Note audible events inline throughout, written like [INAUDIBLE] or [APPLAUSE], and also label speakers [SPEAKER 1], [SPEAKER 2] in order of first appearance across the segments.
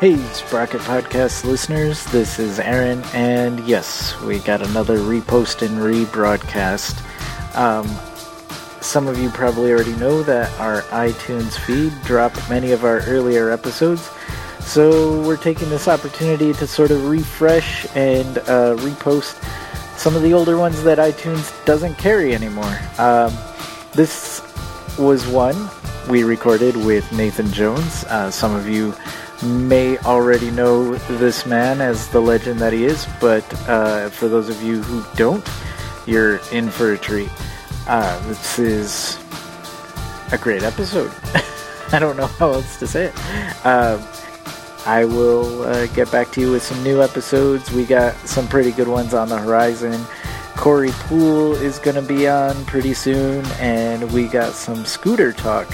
[SPEAKER 1] Hey, Sprocket Podcast listeners, this is Aaron, and yes, we got another repost and rebroadcast. Um, some of you probably already know that our iTunes feed dropped many of our earlier episodes, so we're taking this opportunity to sort of refresh and uh, repost some of the older ones that iTunes doesn't carry anymore. Um, this was one we recorded with Nathan Jones. Uh, some of you may already know this man as the legend that he is, but uh, for those of you who don't, you're in for a treat. Uh, this is a great episode. [LAUGHS] I don't know how else to say it. Um, I will uh, get back to you with some new episodes. We got some pretty good ones on the horizon. Corey Poole is going to be on pretty soon, and we got some scooter talk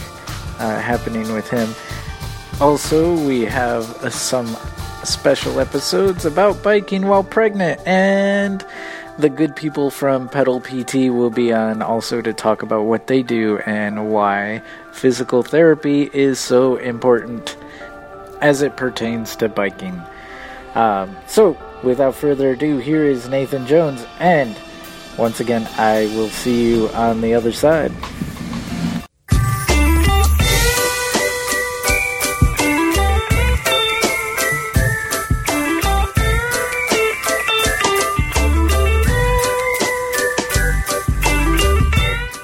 [SPEAKER 1] uh, happening with him. Also, we have uh, some special episodes about biking while pregnant, and the good people from Pedal PT will be on also to talk about what they do and why physical therapy is so important as it pertains to biking. Um, so, without further ado, here is Nathan Jones, and once again, I will see you on the other side.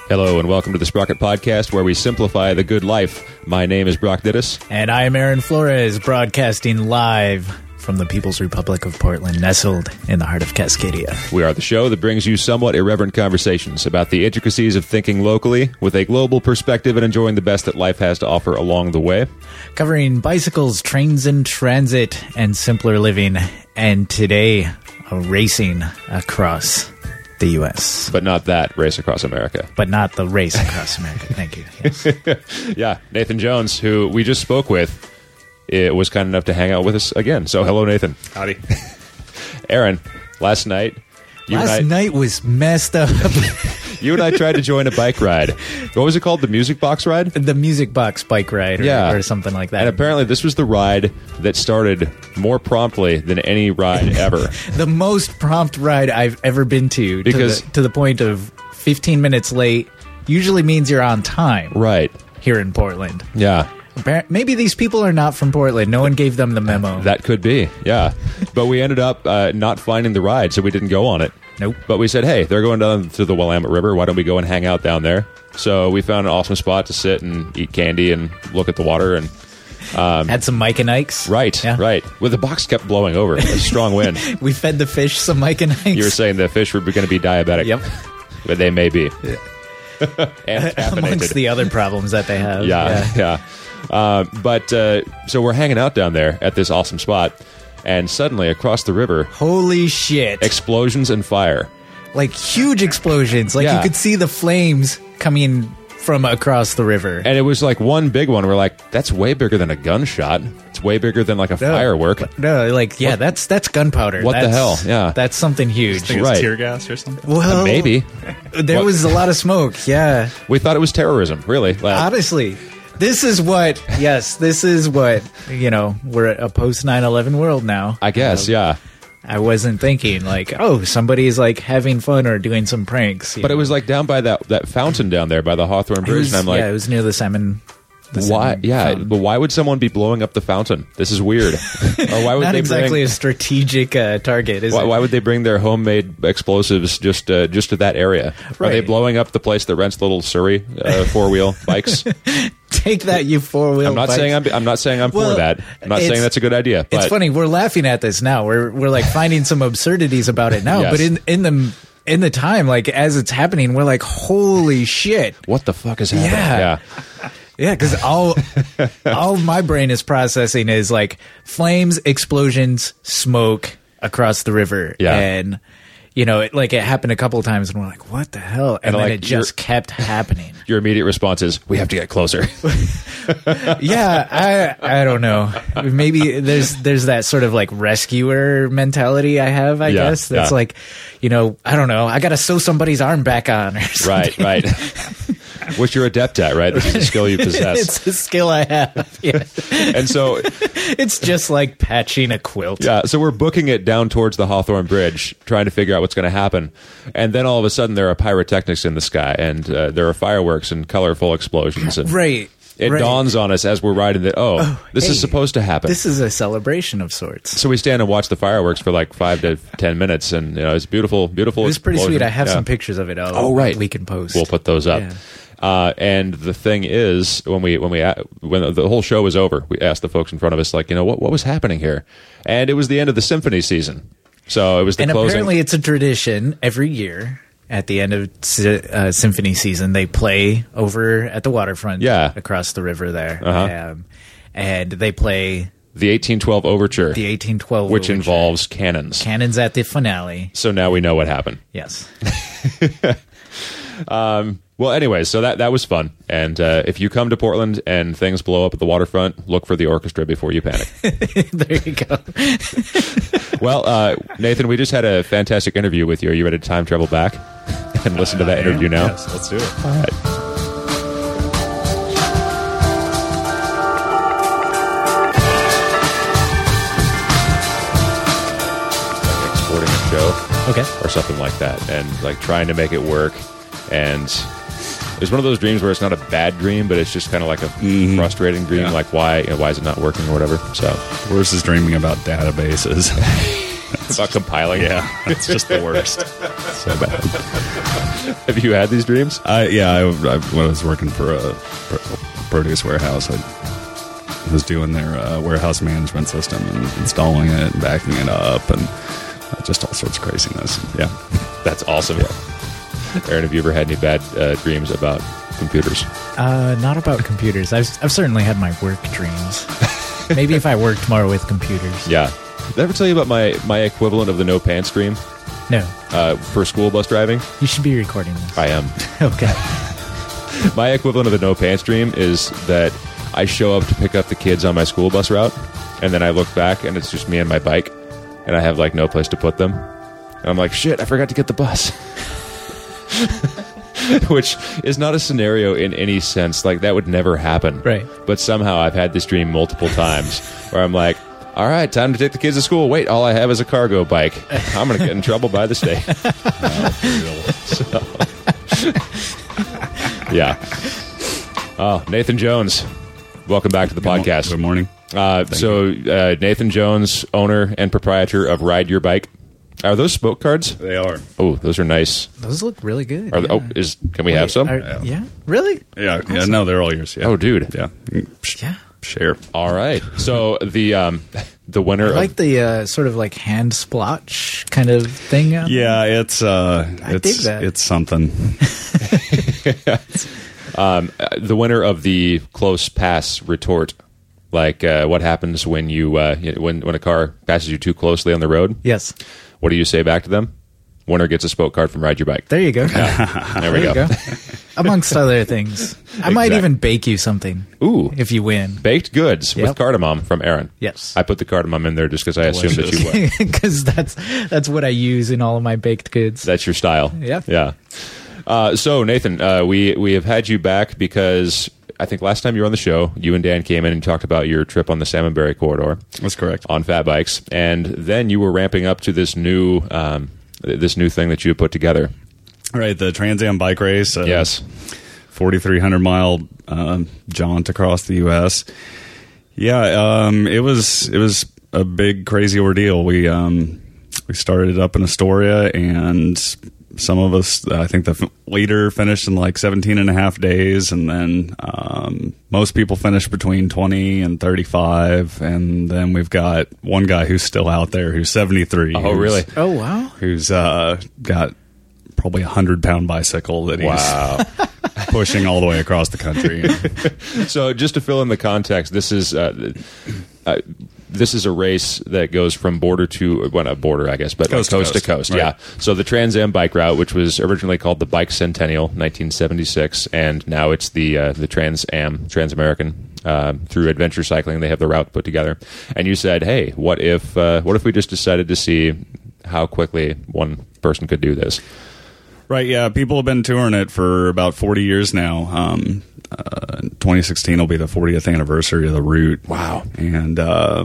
[SPEAKER 2] Hello and welcome to the Sprocket Podcast, where we simplify the good life. My name is Brock Dittus.
[SPEAKER 3] And I am Aaron Flores, broadcasting live from the People's Republic of Portland, nestled in the heart of Cascadia.
[SPEAKER 2] We are the show that brings you somewhat irreverent conversations about the intricacies of thinking locally with a global perspective and enjoying the best that life has to offer along the way.
[SPEAKER 3] Covering bicycles, trains in transit, and simpler living. And today, a racing across the U.S.,
[SPEAKER 2] But not that race across America.
[SPEAKER 3] but not the race across America. Thank you. Yes.
[SPEAKER 2] Yeah, Nathan Jones, who we just spoke with, it was kind enough to hang out with us again. So, hello, Nathan.
[SPEAKER 4] Howdy.
[SPEAKER 2] [LAUGHS] Aaron, last night. You
[SPEAKER 3] Last
[SPEAKER 2] and I,
[SPEAKER 3] night was messed up.
[SPEAKER 2] you and I tried to join a bike ride. What was it called? The music box ride?
[SPEAKER 3] the music box bike ride or,
[SPEAKER 2] Yeah.
[SPEAKER 3] or something like that.
[SPEAKER 2] And apparently, this was the ride that started more promptly than any ride
[SPEAKER 3] [LAUGHS]
[SPEAKER 2] ever.
[SPEAKER 3] the most prompt ride I've ever been to
[SPEAKER 2] Because-
[SPEAKER 3] to the, to the point of 15 minutes late usually means you're on time
[SPEAKER 2] right.
[SPEAKER 3] here in Portland.
[SPEAKER 2] Yeah.
[SPEAKER 3] Appar- Maybe these people are not from Portland. No one gave them the memo.
[SPEAKER 2] That could be. Yeah. But we ended up uh, not finding the ride, so we didn't go on it.
[SPEAKER 3] Nope.
[SPEAKER 2] But we said, hey, they're going down to the Willamette River. Why don't we go and hang out down there? So we found an awesome spot to sit and eat candy and look at the water. And
[SPEAKER 3] Had some Mike and Ike's.
[SPEAKER 2] right,
[SPEAKER 3] Yeah.
[SPEAKER 2] right. Well, the box kept blowing over. A
[SPEAKER 3] [LAUGHS]
[SPEAKER 2] strong wind.
[SPEAKER 3] We fed the fish some Mike and Ike's.
[SPEAKER 2] You were saying the fish were going to be diabetic.
[SPEAKER 3] Yep.
[SPEAKER 2] But they may be. [LAUGHS]
[SPEAKER 3] [LAUGHS]
[SPEAKER 2] and
[SPEAKER 3] [LAUGHS]
[SPEAKER 2] caffeinated.
[SPEAKER 3] Amongst the other problems that they have.
[SPEAKER 2] yeah, [LAUGHS] yeah. Uh, but uh, so we're hanging out down there at this awesome spot, and suddenly across the river,
[SPEAKER 3] Holy shit.
[SPEAKER 2] explosions and fire.
[SPEAKER 3] like huge explosions. Like
[SPEAKER 2] Yeah.
[SPEAKER 3] you could see the flames coming from across the river.
[SPEAKER 2] And it was like one big one. We're like, that's way bigger than a gunshot. It's way bigger than like a
[SPEAKER 3] No,
[SPEAKER 2] firework.
[SPEAKER 3] No, like yeah, that's that's gunpowder.
[SPEAKER 2] What the
[SPEAKER 3] That's-
[SPEAKER 2] hell? Yeah.
[SPEAKER 3] That's something huge.
[SPEAKER 4] Think it's
[SPEAKER 2] Right. Uh,
[SPEAKER 4] tear gas or something?
[SPEAKER 3] Well,
[SPEAKER 2] Maybe
[SPEAKER 3] There
[SPEAKER 2] What-
[SPEAKER 3] was a lot of smoke. Yeah.
[SPEAKER 2] we thought it was terrorism. Really? Like,
[SPEAKER 3] Honestly, this is what, yes, this is what, you know, we're a post 9 11 world now.
[SPEAKER 2] I guess, yeah.
[SPEAKER 3] I wasn't thinking, like, oh, somebody's like having fun or doing some pranks. you
[SPEAKER 2] But it
[SPEAKER 3] know.
[SPEAKER 2] was like down by that that fountain down there by the
[SPEAKER 3] It
[SPEAKER 2] Hawthorne Bridge,
[SPEAKER 3] was-
[SPEAKER 2] and I'm like.
[SPEAKER 3] yeah, it was near the salmon. the
[SPEAKER 2] why?
[SPEAKER 3] salmon
[SPEAKER 2] Yeah,
[SPEAKER 3] fountain.
[SPEAKER 2] but why would someone be blowing up the fountain? This is weird. [LAUGHS] or why would
[SPEAKER 3] Not
[SPEAKER 2] they
[SPEAKER 3] exactly
[SPEAKER 2] bring,
[SPEAKER 3] a strategic uh, target, is
[SPEAKER 2] Why,
[SPEAKER 3] it?
[SPEAKER 2] why would they bring their homemade explosives just uh, just to that area? Are they
[SPEAKER 3] Right.
[SPEAKER 2] blowing up the place that rents little Surrey uh, four wheel
[SPEAKER 3] [LAUGHS]
[SPEAKER 2] bikes?
[SPEAKER 3] [LAUGHS] Take that, you four wheel.
[SPEAKER 2] I'm not saying I'm I'm not saying I'm
[SPEAKER 3] Well,
[SPEAKER 2] for that. I'm not saying
[SPEAKER 3] it's-
[SPEAKER 2] that's a good idea. But
[SPEAKER 3] It's funny. We're laughing at this now. We're we're like finding some absurdities about it now.
[SPEAKER 2] Yes.
[SPEAKER 3] But in in the in the time, like as it's happening, we're like, holy shit.
[SPEAKER 2] What the fuck is happening?
[SPEAKER 3] Yeah. Yeah, because all
[SPEAKER 2] [LAUGHS]
[SPEAKER 3] all my brain is processing is like flames, explosions, smoke across the river,
[SPEAKER 2] Yeah.
[SPEAKER 3] and you know, it, like it happened a couple of times, and we're like, "What the hell?" And, then
[SPEAKER 2] like,
[SPEAKER 3] it just kept happening.
[SPEAKER 2] Your immediate response is, "We have to
[SPEAKER 3] [LAUGHS]
[SPEAKER 2] get closer."
[SPEAKER 3] yeah, I I don't know. Maybe there's there's that sort of like rescuer mentality I have. I
[SPEAKER 2] Yeah,
[SPEAKER 3] guess that's
[SPEAKER 2] yeah.
[SPEAKER 3] like, you know, I don't know. I got to sew somebody's arm back on, or something.
[SPEAKER 2] right, right. which you're adept at, right? This is a
[SPEAKER 3] [LAUGHS]
[SPEAKER 2] skill you possess.
[SPEAKER 3] it's a skill I have. Yeah.
[SPEAKER 2] and so,
[SPEAKER 3] It's just like patching a quilt.
[SPEAKER 2] yeah, so we're booking it down towards the Hawthorne Bridge, trying to figure out what's going to happen. And then all of a sudden, there are pyrotechnics in the sky, and uh, there are fireworks and colorful explosions. And
[SPEAKER 3] Right.
[SPEAKER 2] It
[SPEAKER 3] right.
[SPEAKER 2] dawns on us as we're riding that, oh, this
[SPEAKER 3] hey,
[SPEAKER 2] is supposed to happen.
[SPEAKER 3] This is a celebration of sorts.
[SPEAKER 2] so we stand and watch the fireworks for like
[SPEAKER 3] [LAUGHS]
[SPEAKER 2] five to ten minutes, and you know it's beautiful, beautiful.
[SPEAKER 3] It was pretty
[SPEAKER 2] explosion.
[SPEAKER 3] sweet. I have
[SPEAKER 2] Yeah.
[SPEAKER 3] some pictures of it. I'll,
[SPEAKER 2] Oh, right.
[SPEAKER 3] We can post.
[SPEAKER 2] We'll put those up.
[SPEAKER 3] Yeah.
[SPEAKER 2] Uh, and the thing is, when we when we uh, when the whole show was over, we asked the folks in front of us, like, you know, what what was happening here? And it was the end of the symphony season, so it was the
[SPEAKER 3] and
[SPEAKER 2] closing.
[SPEAKER 3] apparently, it's a tradition every year at the end of sy- uh, symphony season. They play over at the waterfront,
[SPEAKER 2] Yeah.
[SPEAKER 3] across the river there,
[SPEAKER 2] Uh-huh.
[SPEAKER 3] um, and they play
[SPEAKER 2] the 1812 overture,
[SPEAKER 3] the 1812,
[SPEAKER 2] which
[SPEAKER 3] overture.
[SPEAKER 2] involves cannons.
[SPEAKER 3] cannons at the finale.
[SPEAKER 2] so now we know what happened.
[SPEAKER 3] Yes, [LAUGHS]
[SPEAKER 2] Well, anyway, so that that was fun. And uh, if you come to Portland and things blow up at the waterfront, look for the orchestra before you
[SPEAKER 4] [LAUGHS]
[SPEAKER 2] panic.
[SPEAKER 3] there you go.
[SPEAKER 2] well, uh, Nathan, we just had a fantastic interview with you. Are you ready to time travel back [LAUGHS] and listen to that interview now?
[SPEAKER 4] Yes, let's do it.
[SPEAKER 2] All right. Like exporting a show
[SPEAKER 3] Okay.
[SPEAKER 2] or something like that and like trying to make it work and it's one of those dreams where it's not a bad dream but it's just kind of like a frustrating dream
[SPEAKER 4] Mm-hmm. Yeah.
[SPEAKER 2] like why you know, why is it not working or whatever so
[SPEAKER 4] [LAUGHS] Worst is dreaming about databases.
[SPEAKER 2] about compiling
[SPEAKER 4] [LAUGHS] yeah, it's just the worst. So bad.
[SPEAKER 2] have you had these dreams
[SPEAKER 4] I yeah, I, I when I was working for a pr- produce warehouse, I was doing their uh, warehouse management system and installing it and backing it up and uh, just all sorts of craziness. [LAUGHS] Yeah,
[SPEAKER 2] [LAUGHS] that's awesome Aaron have you ever had any bad uh, dreams about computers
[SPEAKER 3] Uh, not about computers. I've I've certainly had my work
[SPEAKER 2] [LAUGHS]
[SPEAKER 3] dreams. Maybe if I worked more with computers.
[SPEAKER 2] Yeah. Did I ever tell you about my, my equivalent of the no pants dream
[SPEAKER 3] No,
[SPEAKER 2] uh, for school bus driving?
[SPEAKER 3] you should be recording
[SPEAKER 2] [LAUGHS]
[SPEAKER 3] this.
[SPEAKER 2] I am.
[SPEAKER 3] Okay.
[SPEAKER 2] [LAUGHS] my equivalent of the no pants dream is that I show up to pick up the kids on my school bus route, and then I look back and it's just me and my bike, and I have like no place to put them. And I'm like, shit, I forgot to get the bus. [LAUGHS] Which is not a scenario in any sense. Like, that would never happen.
[SPEAKER 3] Right.
[SPEAKER 2] But somehow I've had this dream multiple times where I'm like, all right, time to take the kids to school. Wait, all I have is a cargo bike. I'm going to get in trouble by the state. Yeah. Oh, Nathan Jones. Welcome back to the podcast.
[SPEAKER 4] Good morning.
[SPEAKER 2] Uh, so, uh, Nathan Jones, owner and proprietor of Ride Your Bike. Are those smoke cards?
[SPEAKER 4] They are.
[SPEAKER 2] Oh, those are nice.
[SPEAKER 3] Those look really good.
[SPEAKER 2] Are they, oh, is can we have some?
[SPEAKER 3] Are-
[SPEAKER 4] Yeah.
[SPEAKER 3] yeah. Really?
[SPEAKER 4] Yeah, yeah. No, they're all yours. Yeah.
[SPEAKER 2] oh, dude.
[SPEAKER 4] yeah. Sh-
[SPEAKER 3] Yeah.
[SPEAKER 4] Mm, Share.
[SPEAKER 2] All right. So the um, the winner
[SPEAKER 3] I like the uh, sort of like hand splotch kind of thing. on there.
[SPEAKER 4] Yeah, it's uh,
[SPEAKER 3] I dig
[SPEAKER 4] it's
[SPEAKER 3] that.
[SPEAKER 4] it's something.
[SPEAKER 2] of, the winner of the close pass retort, like uh, what happens when you uh, you know, when when a car passes you too closely on the road.
[SPEAKER 3] Yes.
[SPEAKER 2] What do you say back to them? Winner gets a spoke card from Ride Your Bike.
[SPEAKER 3] There you go.
[SPEAKER 2] There we
[SPEAKER 3] There you
[SPEAKER 2] go. [LAUGHS]
[SPEAKER 3] go. Amongst other things, I might
[SPEAKER 2] Exact-
[SPEAKER 3] even bake you something
[SPEAKER 2] Ooh.
[SPEAKER 3] if you win.
[SPEAKER 2] baked goods with
[SPEAKER 3] Yep.
[SPEAKER 2] cardamom from Aaron.
[SPEAKER 3] Yes.
[SPEAKER 2] I put the cardamom in there just because I assumed that you would.
[SPEAKER 3] [LAUGHS] Because that's that's what I use in all of my baked goods.
[SPEAKER 2] That's
[SPEAKER 3] [LAUGHS]
[SPEAKER 2] your style.
[SPEAKER 3] Yeah.
[SPEAKER 2] Yeah. Uh, so Nathan, uh, we we have had you back because I think last time you were on the show, you and Dan came in and talked about your trip on the Salmonberry corridor
[SPEAKER 4] That's correct.
[SPEAKER 2] on fat bikes, and then you were ramping up to this new um, th- this new thing that you had put together.
[SPEAKER 4] All right, the Trans Am bike race. Uh,
[SPEAKER 2] Yes.
[SPEAKER 4] 4,300 mile uh, jaunt across the U.S. Yeah, um, it was it was a big crazy ordeal. We um, we started up in Astoria, and some of us, I think the f- leader finished in like 17 and a half days, and then um, most people finished between 20 and 35, and then we've got one guy who's still out there who's 73.
[SPEAKER 2] Oh,
[SPEAKER 4] who's-
[SPEAKER 2] really?
[SPEAKER 3] oh wow.
[SPEAKER 4] Who's uh, got probably a hundred pound bicycle that he's
[SPEAKER 2] Wow.
[SPEAKER 4] [LAUGHS] pushing all the way across the country.
[SPEAKER 2] [LAUGHS] so just to fill in the context, this is uh, th- uh, this is a race that goes from border to well, not border, I guess, but coast,
[SPEAKER 4] Coast
[SPEAKER 2] coast
[SPEAKER 4] to
[SPEAKER 2] to coast.
[SPEAKER 4] coast, right.
[SPEAKER 2] Yeah. So the Trans Am bike route, which was originally called the Bike Centennial, 1976, and now it's the uh, the Trans Am Trans American. Uh, through adventure cycling, they have the route put together. And you said, "Hey, what if uh, what if we just decided to see how quickly one person could do this?"
[SPEAKER 4] Right, yeah. People have been touring it for about 40 years now. Um, uh, 2016 will be the 40th anniversary of the route.
[SPEAKER 2] Wow.
[SPEAKER 4] And uh,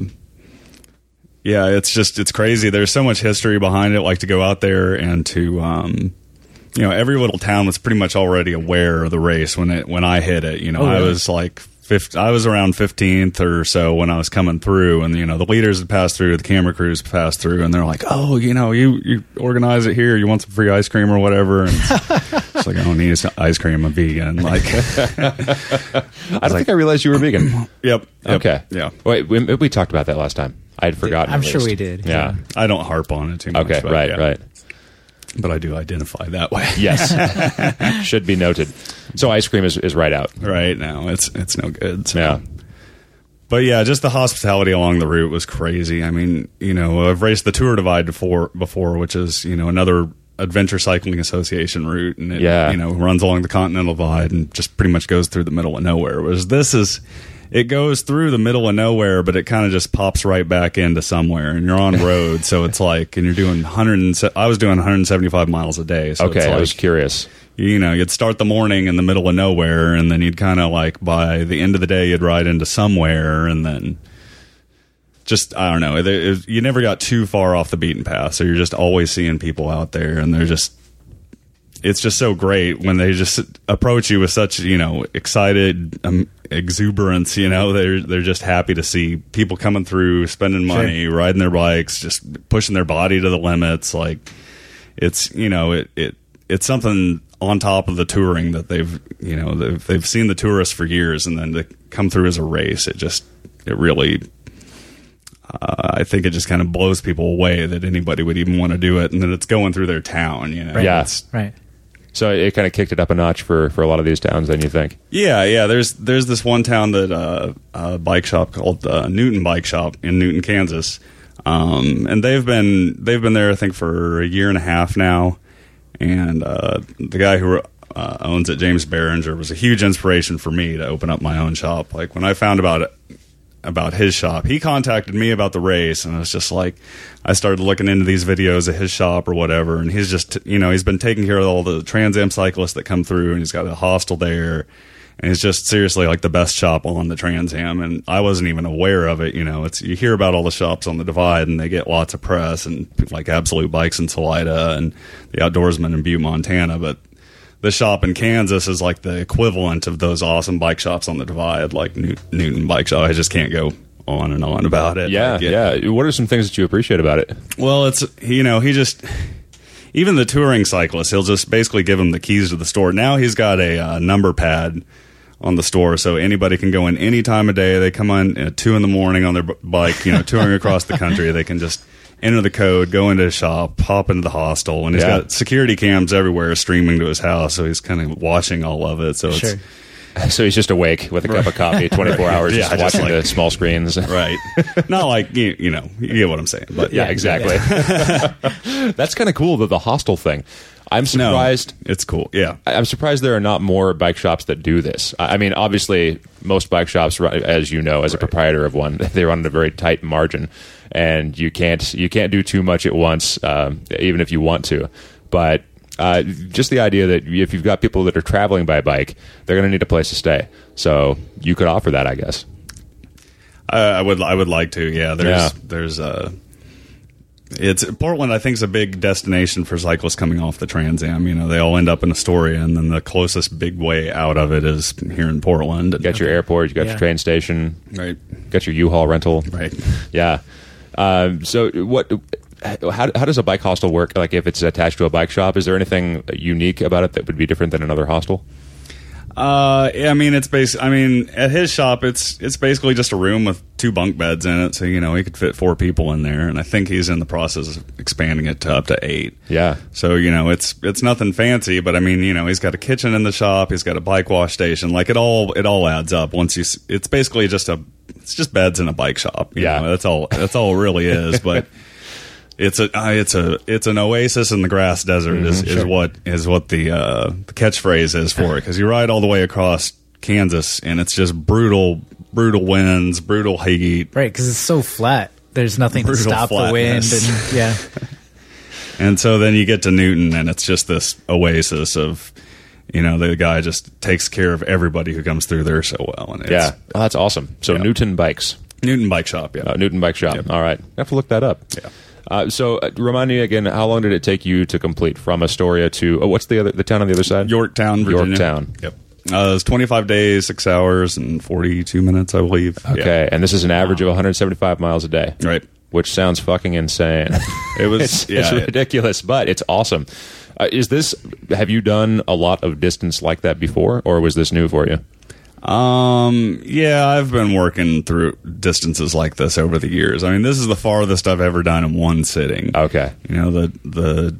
[SPEAKER 4] yeah, it's just it's crazy. There's so much history behind it. Like to go out there and to um, you know, every little town was pretty much already aware of the race when it when I hit it. You know,
[SPEAKER 3] Oh,
[SPEAKER 4] I
[SPEAKER 3] really?
[SPEAKER 4] was like. 50, I was around 15th or so when I was coming through, and you know the leaders had passed through, the camera crews passed through, and they're like, "Oh, you know, you you organize it here. You want some free ice cream or
[SPEAKER 2] [LAUGHS]
[SPEAKER 4] whatever?" And it's, it's like, "I don't need ice cream. I'm vegan." Like,
[SPEAKER 2] I don't think I realized you were vegan.
[SPEAKER 4] [LAUGHS] yep, yep,
[SPEAKER 2] Okay.
[SPEAKER 4] yeah.
[SPEAKER 2] Wait, we, we talked about that last time. I had forgotten.
[SPEAKER 3] I'm
[SPEAKER 2] at
[SPEAKER 3] sure
[SPEAKER 2] least.
[SPEAKER 3] we did.
[SPEAKER 2] Yeah.
[SPEAKER 4] I don't harp on it too much.
[SPEAKER 2] Okay.
[SPEAKER 4] but
[SPEAKER 2] right.
[SPEAKER 4] yeah.
[SPEAKER 2] Right.
[SPEAKER 4] But I do identify that way.
[SPEAKER 2] Yes.
[SPEAKER 4] [LAUGHS]
[SPEAKER 2] Should be noted. So ice cream is, is right out.
[SPEAKER 4] right now it's it's no good so.
[SPEAKER 2] Yeah.
[SPEAKER 4] but yeah just the hospitality along the route was crazy i mean you know i've raced the tour divide before before which is you know another adventure cycling association route and it
[SPEAKER 2] Yeah.
[SPEAKER 4] you know runs along the continental divide and just pretty much goes through the middle of nowhere whereas this is it goes through the middle of nowhere but it kind of just pops right back into somewhere and you're on road so it's like and you're doing 100 and se- i was doing 175 miles a day so it's
[SPEAKER 2] Okay.
[SPEAKER 4] like,
[SPEAKER 2] I was curious.
[SPEAKER 4] you know, you'd start the morning in the middle of nowhere, and then you'd kind of like by the end of the day, you'd ride into somewhere, and then just I don't know. It, it, you never got too far off the beaten path, so you're just always seeing people out there, and they're just. It's just so great when they just approach you with such you know excited um, exuberance. You know, they're they're just happy to see people coming through, spending money, riding their bikes, just pushing their body to the limits, like it's you know it, it it's something on top of the touring that they've you know they've, they've seen the tourists for years and then to come through as a race it just it really uh, I think it just kind of blows people away that anybody would even want to do it and then it's going through their town you know
[SPEAKER 2] Yeah.
[SPEAKER 4] It's-
[SPEAKER 3] Right.
[SPEAKER 2] So it kind of kicked it up a notch for, for a lot of these towns. Then you think?
[SPEAKER 4] Yeah, yeah. There's there's this one town that uh, a bike shop called uh, Newton Bike Shop in Newton, Kansas, um, and they've been they've been there I think for a year and a half now, and uh, the guy who uh, owns it, James Barringer, was a huge inspiration for me to open up my own shop. Like when I found about it, about his shop. He contacted me about the race, and I was just like, I started looking into these videos of his shop or whatever. And he's just, you know, he's been taking care of all the Trans Am cyclists that come through, and he's got a hostel there. And it's just seriously like the best shop on the Trans Am. And I wasn't even aware of it. You know, it's you hear about all the shops on the Divide, and they get lots of press, and like Absolute Bikes in Salida and the Outdoorsman in Butte, Montana. But the shop in Kansas is like the equivalent of those awesome bike shops on the divide, like New- Newton Bike Shop. I just can't go on and on about it.
[SPEAKER 2] Yeah,
[SPEAKER 4] Like,
[SPEAKER 2] yeah. What are some things that you appreciate about
[SPEAKER 4] [LAUGHS]
[SPEAKER 2] it?
[SPEAKER 4] Well, it's you know he just even the touring cyclist, he'll just basically give him the keys to the store. Now he's got a uh, number pad on the store, so anybody can go in any time of day. They come on at two in the morning on their b- bike, you know, touring across the country. They can just enter the code, go into the shop, hop into the hostel, and he's
[SPEAKER 2] Yeah.
[SPEAKER 4] got security cams everywhere streaming to his house, so he's kind of watching all of it. So
[SPEAKER 3] Sure.
[SPEAKER 4] it's
[SPEAKER 2] So he's just awake with a cup of coffee, twenty
[SPEAKER 4] [LAUGHS]
[SPEAKER 2] four hours,
[SPEAKER 4] Yeah,
[SPEAKER 2] just
[SPEAKER 4] just
[SPEAKER 2] watching
[SPEAKER 4] like-
[SPEAKER 2] the small screens.
[SPEAKER 4] right, not like you, you know, you get what I'm saying,
[SPEAKER 2] [LAUGHS]
[SPEAKER 4] but
[SPEAKER 2] Yeah, exactly. [LAUGHS] That's kind of cool. The, the hostel thing. I'm
[SPEAKER 4] no,
[SPEAKER 2] surprised.
[SPEAKER 4] it's cool. Yeah,
[SPEAKER 2] I- I'm surprised there are not more bike shops that do this. I I mean, obviously, most bike shops, ru- as you know, as a proprietor of one, [LAUGHS] they run at a very tight margin, and you can't you can't do too much at once, um, even if you want to. But uh, just the idea that if you've got people that are traveling by bike, they're going to need a place to stay. So you could offer that, I guess.
[SPEAKER 4] I, I would I would like to. Yeah, there's
[SPEAKER 2] Yeah.
[SPEAKER 4] there's uh it's Portland. I think is a big destination for cyclists coming off the Trans Am. You know, they all end up in Astoria, and then the closest big way out of it is here in Portland.
[SPEAKER 2] You got your airport, you got
[SPEAKER 3] Yeah.
[SPEAKER 2] your train station,
[SPEAKER 4] right,
[SPEAKER 2] you got your U-Haul rental,
[SPEAKER 4] right.
[SPEAKER 2] Yeah. Um, so what? How, how does a bike hostel work? Like if it's attached to a bike shop, is there anything unique about it that would be different than another hostel?
[SPEAKER 4] Uh, yeah, I mean, it's bas I mean, at his shop, it's it's basically just a room with two bunk beds in it. So you know, he could fit four people in there, and I think he's in the process of expanding it to up to eight.
[SPEAKER 2] Yeah.
[SPEAKER 4] So you know, it's it's nothing fancy, but I mean, you know, he's got a kitchen in the shop, he's got a bike wash station. Like it all, it all adds up. Once you, s- it's basically just a, it's just beds in a bike shop. you
[SPEAKER 2] Yeah.
[SPEAKER 4] know, that's all. That's all it really is. But it's a, uh, it's a, it's an oasis in the grass desert is, is what is what the uh, the catchphrase is for it because you ride all the way across Kansas and it's just brutal, brutal winds, brutal heat,
[SPEAKER 3] Right. Because it's so flat. There's nothing to
[SPEAKER 4] Brutal
[SPEAKER 3] [LAUGHS]
[SPEAKER 2] [LAUGHS]
[SPEAKER 3] stop the wind.
[SPEAKER 4] flatness.
[SPEAKER 3] And yeah.
[SPEAKER 4] And so then you get to Newton, and it's just this oasis of, you know, the guy just takes care of everybody who comes through there so well. And it's
[SPEAKER 2] Yeah. Oh, that's awesome. So
[SPEAKER 4] Yeah.
[SPEAKER 2] Newton Bikes.
[SPEAKER 4] Newton Bike Shop. Yeah,
[SPEAKER 2] Uh, Newton Bike Shop.
[SPEAKER 4] Yep.
[SPEAKER 2] All right. I have to look that up.
[SPEAKER 4] Yeah.
[SPEAKER 2] Uh, so uh, remind me again, how long did it take you to complete from Astoria to oh, what's the other the town on the other side?
[SPEAKER 4] Yorktown, Virginia.
[SPEAKER 2] Yorktown.
[SPEAKER 4] Yep. Uh, it was 25 days, six hours, and 42 minutes, I believe.
[SPEAKER 2] Okay, and this is an average of 175 miles a day.
[SPEAKER 4] Yeah. Right.
[SPEAKER 2] Which sounds fucking insane. [LAUGHS]
[SPEAKER 4] It was
[SPEAKER 2] it's,
[SPEAKER 4] yeah,
[SPEAKER 2] it's
[SPEAKER 4] it-
[SPEAKER 2] ridiculous, but it's awesome. Uh, is this? Have you done a lot of distance like that before, or was this new for you?
[SPEAKER 4] Um, yeah, I've been working through distances like this over the years. I mean, this is the farthest I've ever done in one sitting.
[SPEAKER 2] Okay.
[SPEAKER 4] You know, the the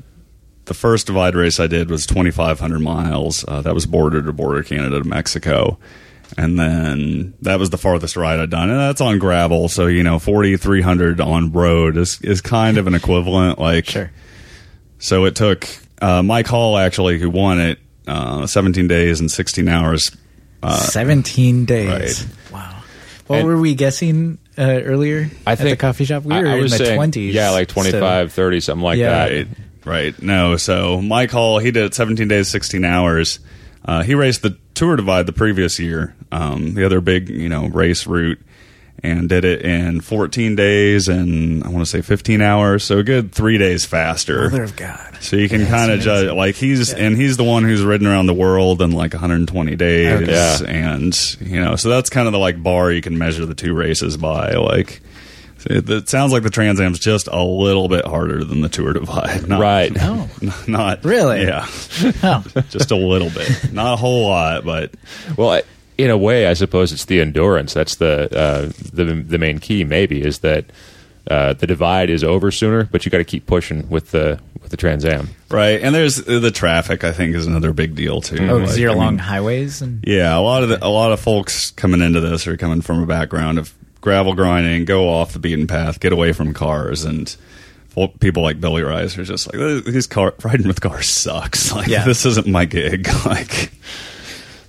[SPEAKER 4] the first divide race I did was 2500 miles. Uh, that was border to border Canada to Mexico. And then that was the farthest ride I'd done. And that's on gravel, so you know, 4300 on road is is kind of an equivalent like
[SPEAKER 3] Sure.
[SPEAKER 4] so it took uh, Mike Hall actually who won it uh, 17 days and 16 hours
[SPEAKER 3] 17 Uh, days. Wow. What
[SPEAKER 4] And-
[SPEAKER 3] were we guessing uh, earlier
[SPEAKER 2] I
[SPEAKER 3] at the
[SPEAKER 2] think-
[SPEAKER 3] coffee shop? We
[SPEAKER 2] I-
[SPEAKER 3] were
[SPEAKER 2] I
[SPEAKER 3] in
[SPEAKER 2] was
[SPEAKER 3] the
[SPEAKER 2] saying,
[SPEAKER 3] 20s.
[SPEAKER 2] Yeah, like 25, 30, something like
[SPEAKER 3] Yeah.
[SPEAKER 2] that.
[SPEAKER 4] Right, right. No, so Mike Hall, he did it 17 days, 16 hours. Uh, he raced the Tour Divide the previous year, um, the other big, you know, race route, and did it in 14 days and I want to say 15 hours. So a good three days faster.
[SPEAKER 3] So, Mother of God.
[SPEAKER 4] So you can kind of judge, like he's and he's the one who's ridden around the world in like 120 days,
[SPEAKER 2] Okay. Yeah.
[SPEAKER 4] and you know, so that's kind of the like bar you can measure the two races by. Like, it, it sounds like the Trans Am's just a little bit harder than the Tour Divide, [LAUGHS] not,
[SPEAKER 3] [LAUGHS]
[SPEAKER 2] Right.
[SPEAKER 3] Oh,
[SPEAKER 4] Not
[SPEAKER 3] Really?
[SPEAKER 4] yeah,
[SPEAKER 3] oh.
[SPEAKER 4] just a little bit, not a whole lot, but
[SPEAKER 2] Well, I- in a way, I suppose it's the endurance that's the uh, the the main key. Maybe is that uh, the divide is over sooner, but you got to keep pushing with the with the Trans Am.
[SPEAKER 4] right. And there's the traffic. I think is another big deal too.
[SPEAKER 3] Oh,
[SPEAKER 4] Like,
[SPEAKER 3] because you're
[SPEAKER 4] I mean,
[SPEAKER 3] along highways? And,
[SPEAKER 4] Yeah, a lot of the, a lot of folks coming into this are coming from a background of gravel grinding, go off the beaten path, get away from cars, and fol- people like Billy Rice are just like these car [LAUGHS] riding with cars sucks. [LAUGHS] Like
[SPEAKER 3] Yeah.
[SPEAKER 4] this isn't my gig. [LAUGHS] Like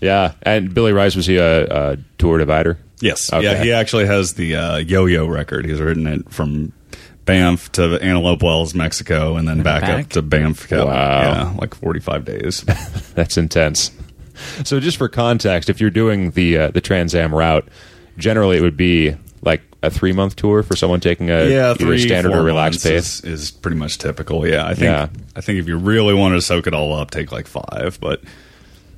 [SPEAKER 2] Yeah, and Billy Rice was he a, a tour divider?
[SPEAKER 4] yes,
[SPEAKER 2] Okay.
[SPEAKER 4] yeah, he actually has the uh, yo-yo record. He's ridden it from. Banff to Antelope Wells, Mexico, and then back,
[SPEAKER 3] back?
[SPEAKER 4] up to Banff, Cal-
[SPEAKER 2] Wow.
[SPEAKER 4] Yeah, like forty-five days.
[SPEAKER 2] That's intense. So, just for context, if you're doing the uh, the Trans Am route, generally it would be like a three month tour for someone taking a
[SPEAKER 4] yeah,
[SPEAKER 2] either
[SPEAKER 4] three
[SPEAKER 2] standard
[SPEAKER 4] four
[SPEAKER 2] or relaxed pace.
[SPEAKER 4] months is, is pretty much typical. Yeah, I think
[SPEAKER 2] Yeah.
[SPEAKER 4] I think if you really wanted to soak it all up, take like five. But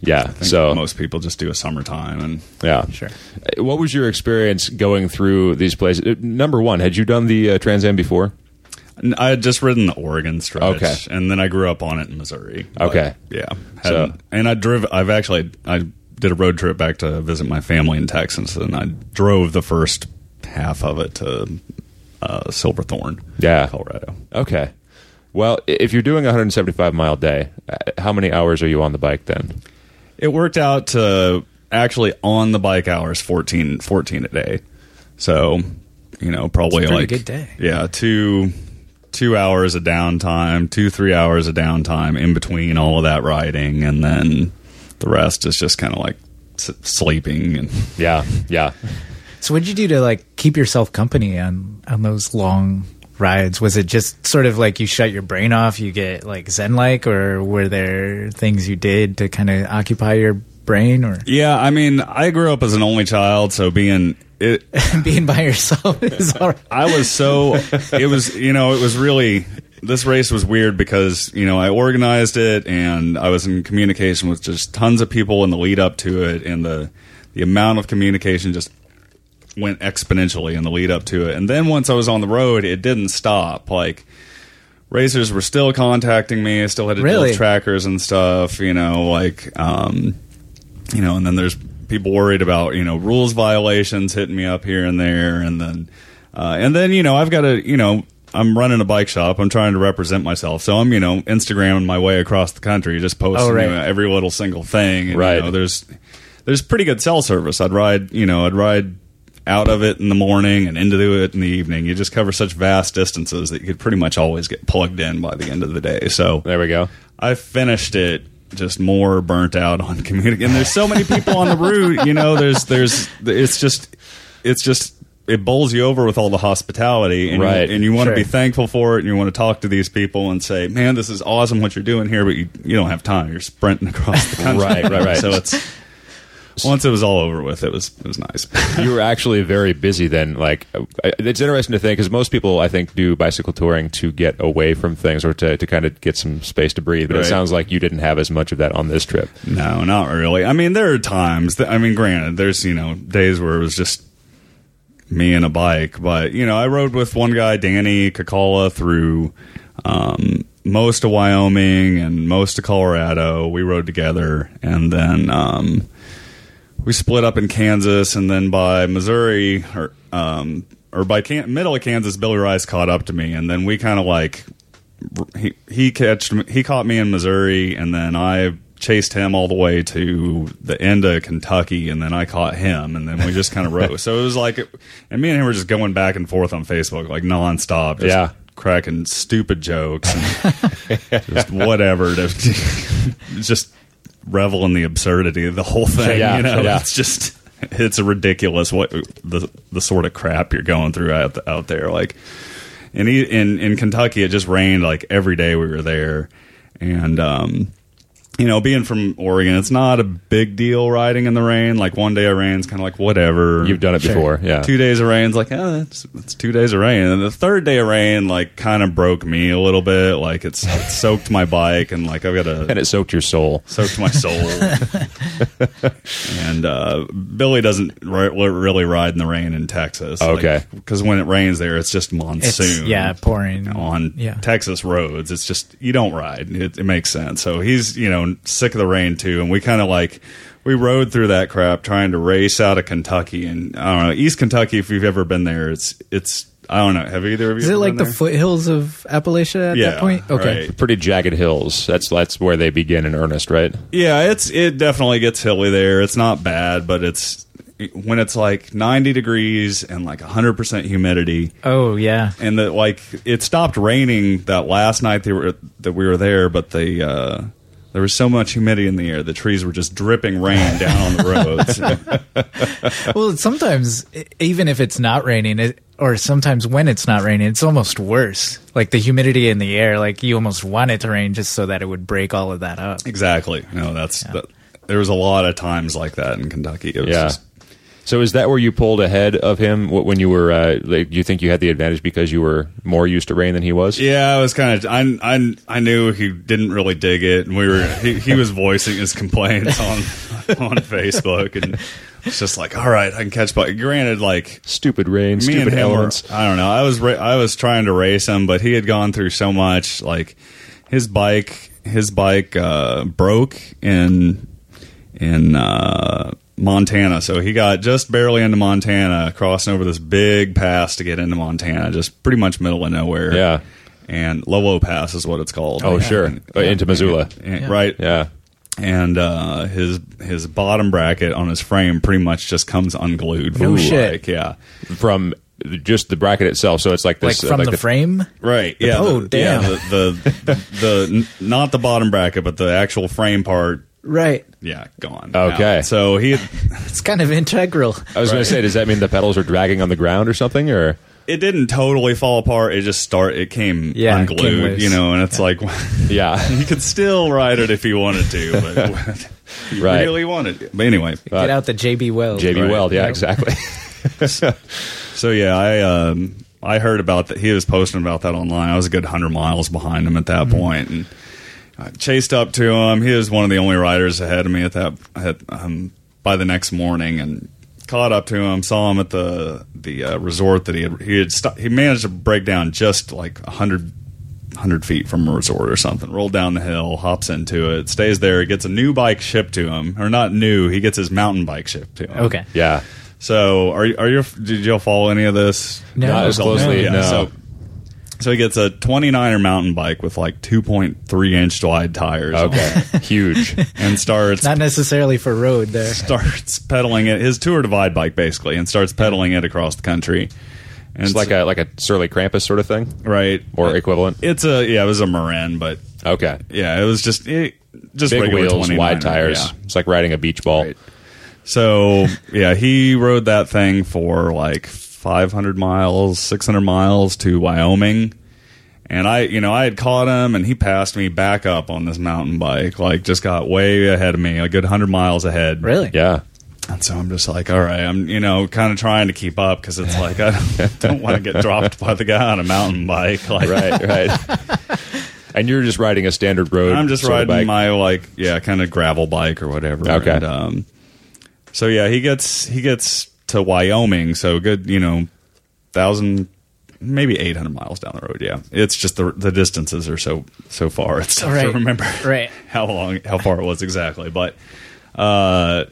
[SPEAKER 2] Yeah,
[SPEAKER 4] I think
[SPEAKER 2] so
[SPEAKER 4] most people just do a summertime, and
[SPEAKER 2] yeah,
[SPEAKER 3] Sure.
[SPEAKER 2] Uh, What was your experience going through these places? Uh, Number one, had you done the uh, Trans Am before?
[SPEAKER 4] and I had just ridden the Oregon stretch,
[SPEAKER 2] Okay.
[SPEAKER 4] and then I grew up on it in Missouri. But,
[SPEAKER 2] Okay.
[SPEAKER 4] yeah,
[SPEAKER 2] So-
[SPEAKER 4] hadn't- and I drove. I've actually I did a road trip back to visit my family in Texas, and I drove the first half of it to uh, Silverthorne,
[SPEAKER 2] Yeah.
[SPEAKER 4] Colorado.
[SPEAKER 2] Okay. Well, i- if you're doing a 175 mile day, uh, how many hours are you on the bike then?
[SPEAKER 4] It worked out to actually on the bike hours 14, 14 a day. So, you know, probably
[SPEAKER 3] It's a pretty good
[SPEAKER 4] like
[SPEAKER 3] day.
[SPEAKER 4] Yeah, two two hours of downtime, two three hours of downtime in between all of that riding, and then the rest is just kind of like s- sleeping and
[SPEAKER 2] Yeah, yeah.
[SPEAKER 3] So, what'd you do to like keep yourself company on on those long rides? Was it just sort of like you shut your brain off, you get like zen like, or were there things you did to kind of occupy your brain
[SPEAKER 4] [LAUGHS]
[SPEAKER 3] or
[SPEAKER 4] yeah. I mean, I grew up as an only child, so being it,
[SPEAKER 3] being by yourself [LAUGHS] is all right.
[SPEAKER 4] I was so it was you know it was really this race was weird because you know I organized it and I was in communication with just tons of people in the lead up to it and the the amount of communication just went exponentially in the lead up to it and then once I was on the road it didn't stop like racers were still contacting me I still had to deal
[SPEAKER 3] Really?
[SPEAKER 4] with trackers and stuff you know like um you know, and then there's people worried about you know rules violations hitting me up here and there, and then uh, and then you know I've got to you know I'm running a bike shop, I'm trying to represent myself, so I'm you know Instagramming my way across the country, just posting
[SPEAKER 3] Oh, right.
[SPEAKER 4] you know, every little single thing. And,
[SPEAKER 2] Right.
[SPEAKER 4] You know, there's there's pretty good cell service. I'd ride you know I'd ride out of it in the morning and into it in the evening. You just cover such vast distances that you could pretty much always get plugged in by the end of the day. So
[SPEAKER 2] There we go.
[SPEAKER 4] I finished it just more burnt out on community. And there's so many people on the route, you know, there's there's it's just it's just it bowls you over with all the hospitality, and
[SPEAKER 2] Right.
[SPEAKER 4] You, and you want
[SPEAKER 3] Sure.
[SPEAKER 4] to be thankful for it, and you want to talk to these people and say, "Man, this is awesome what you're doing here," but you, you don't have time. You're sprinting across the country,
[SPEAKER 2] Right, right, right.
[SPEAKER 4] [LAUGHS] So it's once it was all over with, it was it was nice.
[SPEAKER 2] you were actually very busy then. Like, I- it's interesting to think because most people, I think, do bicycle touring to get away from things or to, to kind of get some space to breathe. But
[SPEAKER 4] Right. Mm-hmm.
[SPEAKER 2] it sounds like you didn't have as much of that on this trip.
[SPEAKER 4] No, not really. I mean, there are times that, I mean, granted, there's, you know, days where it was just me and a bike, but, you know, I rode with one guy, Danny Kakala, through um, most of Wyoming and most of Colorado. We rode together and then um, we split up in Kansas and then by Missouri or, um, or by can- middle of Kansas, Billy Rice caught up to me and then we kind of like he he catched me- he caught me in Missouri, and then I chased him all the way to the end of Kentucky, and then I caught him, and then we just kind of rode. So it was like, and me and him were just going back and forth on Facebook like nonstop, just
[SPEAKER 2] Yeah.
[SPEAKER 4] cracking stupid jokes and just whatever to [LAUGHS] just revel in the absurdity of the whole thing.
[SPEAKER 2] Yeah,
[SPEAKER 4] you know,
[SPEAKER 2] yeah.
[SPEAKER 4] it's just. It's ridiculous what the the sort of crap you're going through out, out there. Like, and he, in in Kentucky, it just rained like every day we were there, and um, you know, being from Oregon, it's not a big deal riding in the rain. Like one day of rain's kind of like whatever.
[SPEAKER 2] You've done it before, yeah.
[SPEAKER 4] Two days of rain's like, oh, that's, that's two days of rain, and the third day of rain like kind of broke me a little bit. Like it's it soaked my bike, and like I've got a
[SPEAKER 2] and it soaked your soul.
[SPEAKER 4] soaked my soul. and uh, Billy doesn't ri- really ride in the rain in Texas.
[SPEAKER 2] Okay.
[SPEAKER 4] Because when it rains there, it's just
[SPEAKER 3] It's
[SPEAKER 4] monsoon.
[SPEAKER 3] yeah, pouring
[SPEAKER 4] On
[SPEAKER 3] yeah.
[SPEAKER 4] Texas roads, it's just you don't ride. It, it makes sense. So he's you know sick of the rain too, and we kind of like we rode through that crap trying to race out of Kentucky and I don't know East Kentucky. If you've ever been there, it's it's I don't know. Have either of you?
[SPEAKER 3] Is it
[SPEAKER 4] ever
[SPEAKER 3] like
[SPEAKER 4] been
[SPEAKER 3] the
[SPEAKER 4] there?
[SPEAKER 3] foothills of Appalachia at
[SPEAKER 4] Yeah,
[SPEAKER 3] that point? Okay.
[SPEAKER 4] right.
[SPEAKER 2] Pretty jagged hills. That's that's where they begin in earnest, right?
[SPEAKER 4] Yeah, it's it definitely gets hilly there. It's not bad, but it's when it's like 90 degrees and like 100% humidity
[SPEAKER 3] Oh yeah.
[SPEAKER 4] [LAUGHS] and that like it stopped raining that last night they were that we were there, but they uh there was so much humidity in the air. The trees were just dripping rain down on the roads.
[SPEAKER 3] well, sometimes e- even if it's not raining, it, or sometimes when it's not raining, it's almost worse. Like the humidity in the air, like you almost want it to rain just so that it would break all of that up.
[SPEAKER 4] exactly. No, that's that, there was a lot of times like that in Kentucky. It was
[SPEAKER 2] Yeah.
[SPEAKER 4] just-
[SPEAKER 2] So is that where you pulled ahead of him wh- when you were? Uh, like, do you think you had the advantage because you were more used to rain than he was?
[SPEAKER 4] Yeah, I was kind of. I, I I knew he didn't really dig it, and we were. He, he was voicing his complaints on on Facebook, and it's just like, all right, I can catch. But granted, like
[SPEAKER 2] Stupid rain,
[SPEAKER 4] me and
[SPEAKER 2] stupid
[SPEAKER 4] him were-
[SPEAKER 2] elements.
[SPEAKER 4] I don't know. I was ra- I was trying to race him, but he had gone through so much. Like his bike, his bike uh, broke in in uh, Montana, so he got just barely into Montana, crossing over this big pass to get into Montana, just pretty much middle of nowhere.
[SPEAKER 2] Yeah.
[SPEAKER 4] And Lowell Pass is what it's called.
[SPEAKER 2] Oh, sure. Uh, Into Missoula.
[SPEAKER 4] And- right?
[SPEAKER 2] Yeah.
[SPEAKER 4] And uh, his his bottom bracket on his frame pretty much just comes unglued.
[SPEAKER 3] No shit.
[SPEAKER 4] Like, yeah.
[SPEAKER 2] From just the bracket itself. So it's like
[SPEAKER 3] Like
[SPEAKER 2] this. uh,
[SPEAKER 3] from the, frame?
[SPEAKER 4] Right. Yeah.
[SPEAKER 3] Oh,
[SPEAKER 4] the,
[SPEAKER 3] damn.
[SPEAKER 4] Yeah, the, the, the, n- not the bottom bracket, but the actual frame part.
[SPEAKER 3] Right.
[SPEAKER 4] Yeah, gone.
[SPEAKER 2] Okay.
[SPEAKER 4] Out. So he,
[SPEAKER 3] It's kind of [LAUGHS] integral.
[SPEAKER 2] I was going to say, does that mean the pedals are dragging on the ground or something? Or
[SPEAKER 4] it didn't totally fall apart. It just start. It came
[SPEAKER 3] Yeah, it
[SPEAKER 4] unglued,
[SPEAKER 3] came loose.
[SPEAKER 4] you know. And it's like [LAUGHS]
[SPEAKER 2] yeah, [LAUGHS]
[SPEAKER 4] you could still ride it if you wanted to,
[SPEAKER 3] [LAUGHS]
[SPEAKER 4] but you
[SPEAKER 2] Right.
[SPEAKER 4] really wanted. To. But anyway,
[SPEAKER 3] Get out the JB Weld.
[SPEAKER 2] JB
[SPEAKER 4] Right.
[SPEAKER 2] Weld. Yeah, exactly. [LAUGHS]
[SPEAKER 4] So yeah, I um, I heard about that. He was posting about that online. I was a good hundred miles behind him at that point, and I chased up to him. He was one of the only riders ahead of me at that at, um, by the next morning, and caught up to him. Saw him at the the uh, resort that he had he had sto- he managed to break down just like a hundred. 100 feet from a resort or something, rolled down the hill, hops into it, stays there, gets a new bike shipped to him, or not new, he gets his mountain bike shipped to him.
[SPEAKER 3] Okay.
[SPEAKER 2] yeah.
[SPEAKER 4] So, are you- are you? Did y'all follow any of this?
[SPEAKER 3] No. Not as
[SPEAKER 2] closely, no.
[SPEAKER 4] So, so he gets a 29er mountain bike with like 2.3 inch wide tires.
[SPEAKER 2] Okay.
[SPEAKER 4] [LAUGHS]
[SPEAKER 2] Huge.
[SPEAKER 4] and starts
[SPEAKER 3] Not necessarily for road there.
[SPEAKER 4] starts pedaling it his tour divide bike basically, and starts pedaling it across the country. And
[SPEAKER 2] It's like a like a surly Krampus sort of thing,
[SPEAKER 4] right
[SPEAKER 2] or equivalent.
[SPEAKER 4] It's a yeah, it was a Marin, but
[SPEAKER 2] Okay.
[SPEAKER 4] yeah, it was just it, just
[SPEAKER 2] Big
[SPEAKER 4] regular
[SPEAKER 2] wheels,
[SPEAKER 4] 29er,
[SPEAKER 2] wide tires.
[SPEAKER 4] yeah.
[SPEAKER 2] It's Oh. like riding a beach ball.
[SPEAKER 4] Right. So yeah, he rode that thing for like 500 miles, 600 miles to Wyoming. And I, you know, I had caught him and he passed me back up on this mountain bike, like just got way ahead of me, a good 100 miles ahead.
[SPEAKER 3] Really?
[SPEAKER 2] Yeah.
[SPEAKER 4] And so I'm just like, all right, I'm, you know, kind of trying to keep up because it's like, I [LAUGHS] don't, don't want to get dropped by the guy on a mountain bike. Like,
[SPEAKER 2] Right.
[SPEAKER 4] [LAUGHS]
[SPEAKER 2] Right. and you're just riding a standard road.
[SPEAKER 4] I'm just
[SPEAKER 2] sort of bike.
[SPEAKER 4] riding my like yeah, kind of gravel bike or whatever.
[SPEAKER 2] Okay.
[SPEAKER 4] And, um, so yeah, he gets he gets to Wyoming. So good, you know, thousand maybe eight hundred miles down the road. Yeah, it's just the the distances are so so far. It's tough to
[SPEAKER 3] Right.
[SPEAKER 4] remember
[SPEAKER 3] Right.
[SPEAKER 4] how long how far it was exactly, but uh,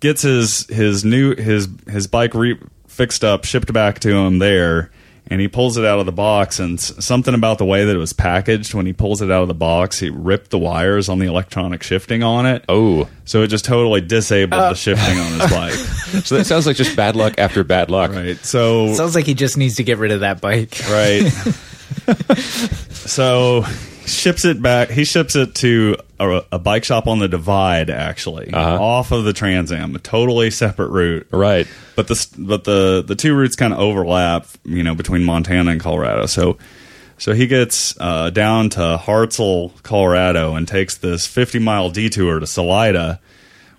[SPEAKER 4] gets his his new his his bike re- fixed up, shipped back to him there, and he pulls it out of the box. And s- something about the way that it was packaged when he pulls it out of the box, he ripped the wires on the electronic shifting on it.
[SPEAKER 2] Oh,
[SPEAKER 4] So it just totally disabled the shifting on his bike.
[SPEAKER 2] so that sounds like just bad luck after bad luck.
[SPEAKER 4] [LAUGHS] Right. So
[SPEAKER 3] Sounds like he just needs to get rid of that bike.
[SPEAKER 4] right? so ships it back. He ships it to a, a bike shop on the Divide, actually, off of the Trans Am, a totally separate route.
[SPEAKER 2] Right.
[SPEAKER 4] But the but the the two routes kind of overlap, you know, between Montana and Colorado. So so he gets uh, down to Hartzell, Colorado, and takes this 50 mile detour to Salida,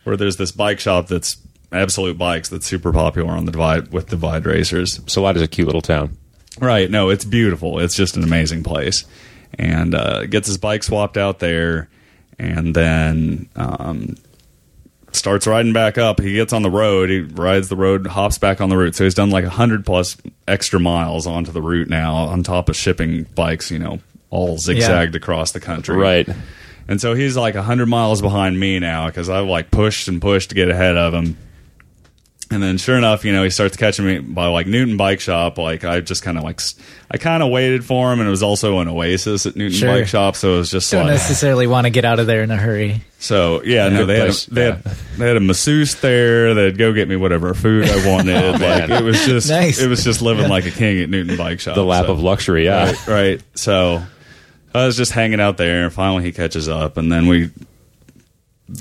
[SPEAKER 4] where there's this bike shop that's absolute bikes that's super popular on the divide with divide racers.
[SPEAKER 2] Salada's a cute little town.
[SPEAKER 4] Right. No, it's beautiful. It's just an amazing place. And uh, gets his bike swapped out there and then um, starts riding back up. He gets on the road. He rides the road, hops back on the route. So he's done like 100 plus extra miles onto the route now, on top of shipping bikes, you know, all zigzagged across the country.
[SPEAKER 2] Right.
[SPEAKER 4] And so he's like 100 miles behind me now because I've like pushed and pushed to get ahead of him. And then sure enough, you know, he starts catching me by like Newton Bike Shop. Like I just kind of like, s- I kind of waited for him and it was also an oasis at Newton
[SPEAKER 3] Sure.
[SPEAKER 4] Bike Shop. So it was just
[SPEAKER 3] Don't
[SPEAKER 4] like,
[SPEAKER 3] necessarily want to get out of there in a hurry.
[SPEAKER 4] so yeah, no,
[SPEAKER 2] good
[SPEAKER 4] they had,
[SPEAKER 2] place.
[SPEAKER 4] a, they, had, they had a masseuse there that'd go get me whatever food I wanted. like
[SPEAKER 2] man.
[SPEAKER 4] it was just,
[SPEAKER 3] Nice.
[SPEAKER 4] it was just living like a king at Newton Bike Shop.
[SPEAKER 2] The lap
[SPEAKER 4] so-
[SPEAKER 2] of luxury. Yeah.
[SPEAKER 4] right, right. So I was just hanging out there, and finally he catches up, and then we,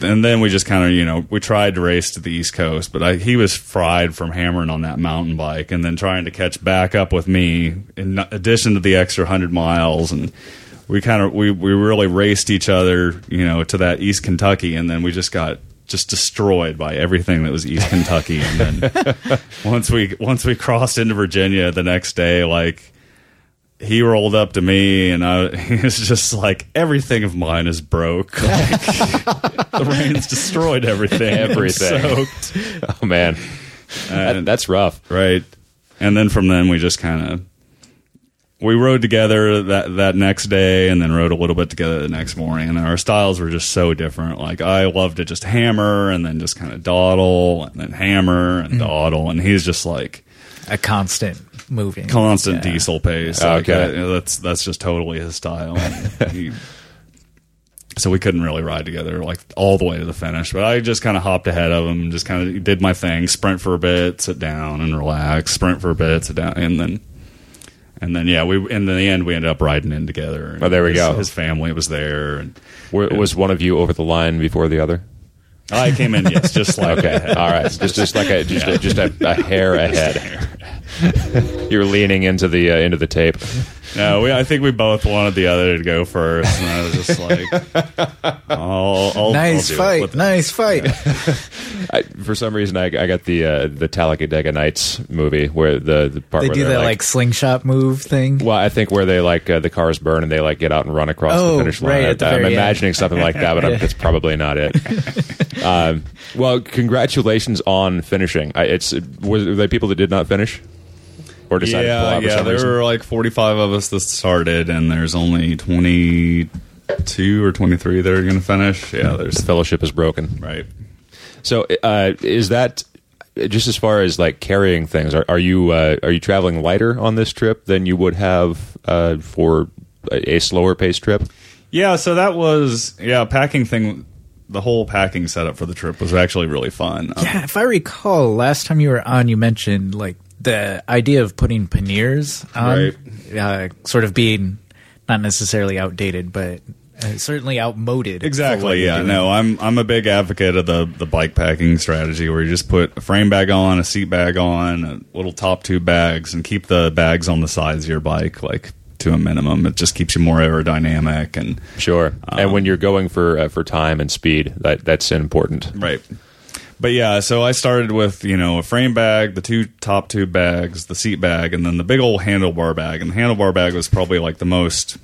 [SPEAKER 4] and then we just kind of, you know, we tried to race to the East Coast, but I, he was fried from hammering on that mountain bike, and then trying to catch back up with me. In addition to the extra hundred miles, and we kind of we we really raced each other, you know, to that East Kentucky, and then we just got. Just destroyed by everything that was East Kentucky, and then once we once we crossed into Virginia the next day, like he rolled up to me and I [LAUGHS] he was just like everything of mine
[SPEAKER 2] [LAUGHS]
[SPEAKER 4] is broke. Like, the rain's destroyed everything.
[SPEAKER 2] Everything.
[SPEAKER 4] So-
[SPEAKER 2] [LAUGHS] Oh man, that,
[SPEAKER 4] and-
[SPEAKER 2] that's rough.
[SPEAKER 4] right. And then from then we just kind of we rode together that that next day and then rode a little bit together the next morning and our styles were just so different. Like I loved to just hammer and then just kind of dawdle and then hammer
[SPEAKER 2] Mm.
[SPEAKER 4] and dawdle and he's just like
[SPEAKER 3] A constant moving.
[SPEAKER 4] constant
[SPEAKER 3] Yeah.
[SPEAKER 4] diesel pace. Like,
[SPEAKER 2] Okay.
[SPEAKER 4] uh, you know, that's that's just totally his
[SPEAKER 2] [LAUGHS]
[SPEAKER 4] style. And he- so we couldn't really ride together like all the way to the finish. But I just kind of hopped ahead of him, just kind of did my thing, sprint for a bit, sit down and relax, sprint for a bit, sit down, and then. And then yeah, we in the end we ended up riding in together. And
[SPEAKER 2] Oh, there we
[SPEAKER 4] his-
[SPEAKER 2] go.
[SPEAKER 4] His family was there, and
[SPEAKER 2] Were, was one of you over the line before the other?
[SPEAKER 4] I came in
[SPEAKER 2] [LAUGHS]
[SPEAKER 4] yes, just like
[SPEAKER 2] Okay.
[SPEAKER 3] [LAUGHS]
[SPEAKER 2] All right. Just just like a just a, just a, a hair ahead. [LAUGHS] You're leaning into the uh, into the tape.
[SPEAKER 4] No, we, I think we both wanted the other to go first, and I was just
[SPEAKER 2] [LAUGHS]
[SPEAKER 4] like, I'll, I'll,
[SPEAKER 3] Nice
[SPEAKER 4] I'll do it with
[SPEAKER 3] fight. Nice fight.
[SPEAKER 2] I, for some reason, I, I got the uh, the Talladega Nights movie where the, the part
[SPEAKER 3] They
[SPEAKER 2] where
[SPEAKER 3] do
[SPEAKER 2] they're
[SPEAKER 3] that like, slingshot move thing.
[SPEAKER 2] Well, I think where they like uh, the cars burn and they like get out and run across
[SPEAKER 3] Oh,
[SPEAKER 2] the finish line.
[SPEAKER 3] right, at the
[SPEAKER 2] I'm
[SPEAKER 3] very
[SPEAKER 2] imagining something like that,
[SPEAKER 3] [LAUGHS]
[SPEAKER 2] but I'm, that's probably not it. um, well, congratulations on finishing. I, it's were there people that did not finish or decided to pull
[SPEAKER 4] yeah,
[SPEAKER 2] out for
[SPEAKER 4] yeah.
[SPEAKER 2] some
[SPEAKER 4] There
[SPEAKER 2] reason?
[SPEAKER 4] were like 45 of us that started, and there's only 22 or 23 that are going to finish. Yeah,
[SPEAKER 2] The
[SPEAKER 4] there's
[SPEAKER 2] fellowship is broken.
[SPEAKER 4] right.
[SPEAKER 2] So, uh, is that just as far as like carrying things? Are, are you uh, are you traveling lighter on this trip than you would have uh, for a, a slower paced trip?
[SPEAKER 4] Yeah, so that was yeah packing thing. The whole packing setup for the trip was actually really fun. Um,
[SPEAKER 3] Yeah, if I recall, last time you were on, you mentioned like the idea of putting panniers on, uh, sort of being not necessarily outdated, but uh, certainly outmoded. for what
[SPEAKER 4] Exactly.
[SPEAKER 3] you're
[SPEAKER 4] Yeah.
[SPEAKER 3] doing.
[SPEAKER 4] No, I'm I'm a big advocate of the the bike packing strategy where you just put a frame bag on, a seat bag on, a little top two bags, and keep the bags on the sides of your bike like to a minimum. It just keeps you more aerodynamic and
[SPEAKER 2] Sure. and when you're going for uh, for time and speed, that that's important.
[SPEAKER 4] right. But yeah, so I started with you know a frame bag, the two top two bags, the seat bag, and then the big old handlebar bag. And the handlebar bag was probably like the most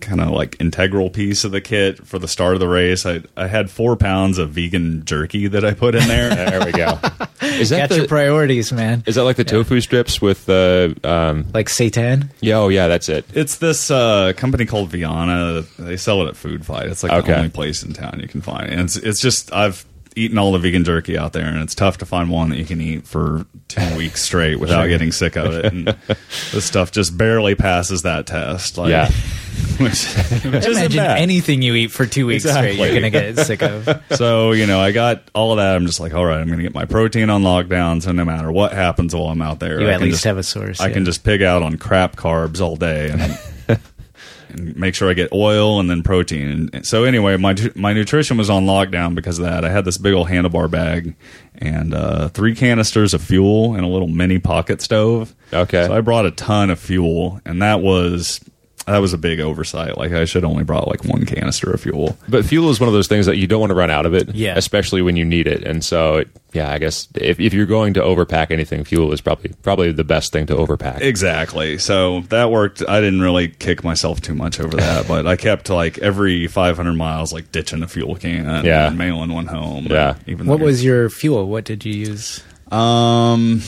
[SPEAKER 4] kind of like integral piece of the kit for the start of the race. I, I had four pounds of vegan jerky that I put in there.
[SPEAKER 2] There we go. Is that
[SPEAKER 3] Got
[SPEAKER 2] the,
[SPEAKER 3] your priorities, man.
[SPEAKER 2] is that like the tofu strips with uh, um
[SPEAKER 3] Like Satan.
[SPEAKER 2] yeah, oh yeah, that's it.
[SPEAKER 4] it's this uh, company called Viana. They sell it at Food Fight. It's like
[SPEAKER 2] Okay.
[SPEAKER 4] the only place in town you can find. it. And it's it's just I've eaten all the vegan jerky out there, and it's tough to find one that you can eat for ten weeks
[SPEAKER 2] [LAUGHS]
[SPEAKER 4] straight without getting sick of it. And this stuff just barely passes that test. Like,
[SPEAKER 2] Yeah.
[SPEAKER 4] [LAUGHS] which, which isn't
[SPEAKER 3] Imagine
[SPEAKER 4] bad.
[SPEAKER 3] anything you eat for two weeks straight, you're
[SPEAKER 4] Exactly.
[SPEAKER 3] gonna get sick of.
[SPEAKER 4] so you know, I got all of that. I'm just like, all right, I'm going to get my protein on lockdown. So no matter what happens while I'm out there,
[SPEAKER 3] You
[SPEAKER 4] I
[SPEAKER 3] at
[SPEAKER 4] can
[SPEAKER 3] least
[SPEAKER 4] just-
[SPEAKER 3] have a source.
[SPEAKER 4] I
[SPEAKER 3] yeah.
[SPEAKER 4] can just pig out on crap carbs all day and,
[SPEAKER 3] [LAUGHS]
[SPEAKER 4] and make sure I get oil and then protein. And so anyway, my my nutrition was on lockdown because of that. I had this big old handlebar bag and uh, three canisters of fuel and a little mini pocket stove.
[SPEAKER 2] Okay.
[SPEAKER 4] so I brought a ton of fuel, and that was. That was a big oversight. Like I should have only brought like one canister of fuel.
[SPEAKER 2] But fuel is one of those things that you don't want to run out of it,
[SPEAKER 3] Yeah.
[SPEAKER 2] especially when you need it. And so, it, yeah, I guess if, if you're going to overpack anything, fuel is probably probably the best thing to overpack.
[SPEAKER 4] Exactly. So that worked. I didn't really kick myself too much
[SPEAKER 2] [LAUGHS]
[SPEAKER 4] over that, but I kept like every 500 miles, like ditching a fuel can and
[SPEAKER 2] Yeah.
[SPEAKER 4] mailing one home.
[SPEAKER 2] Yeah.
[SPEAKER 4] Even
[SPEAKER 3] What
[SPEAKER 4] though-
[SPEAKER 3] was your fuel? What did you use?
[SPEAKER 4] Um,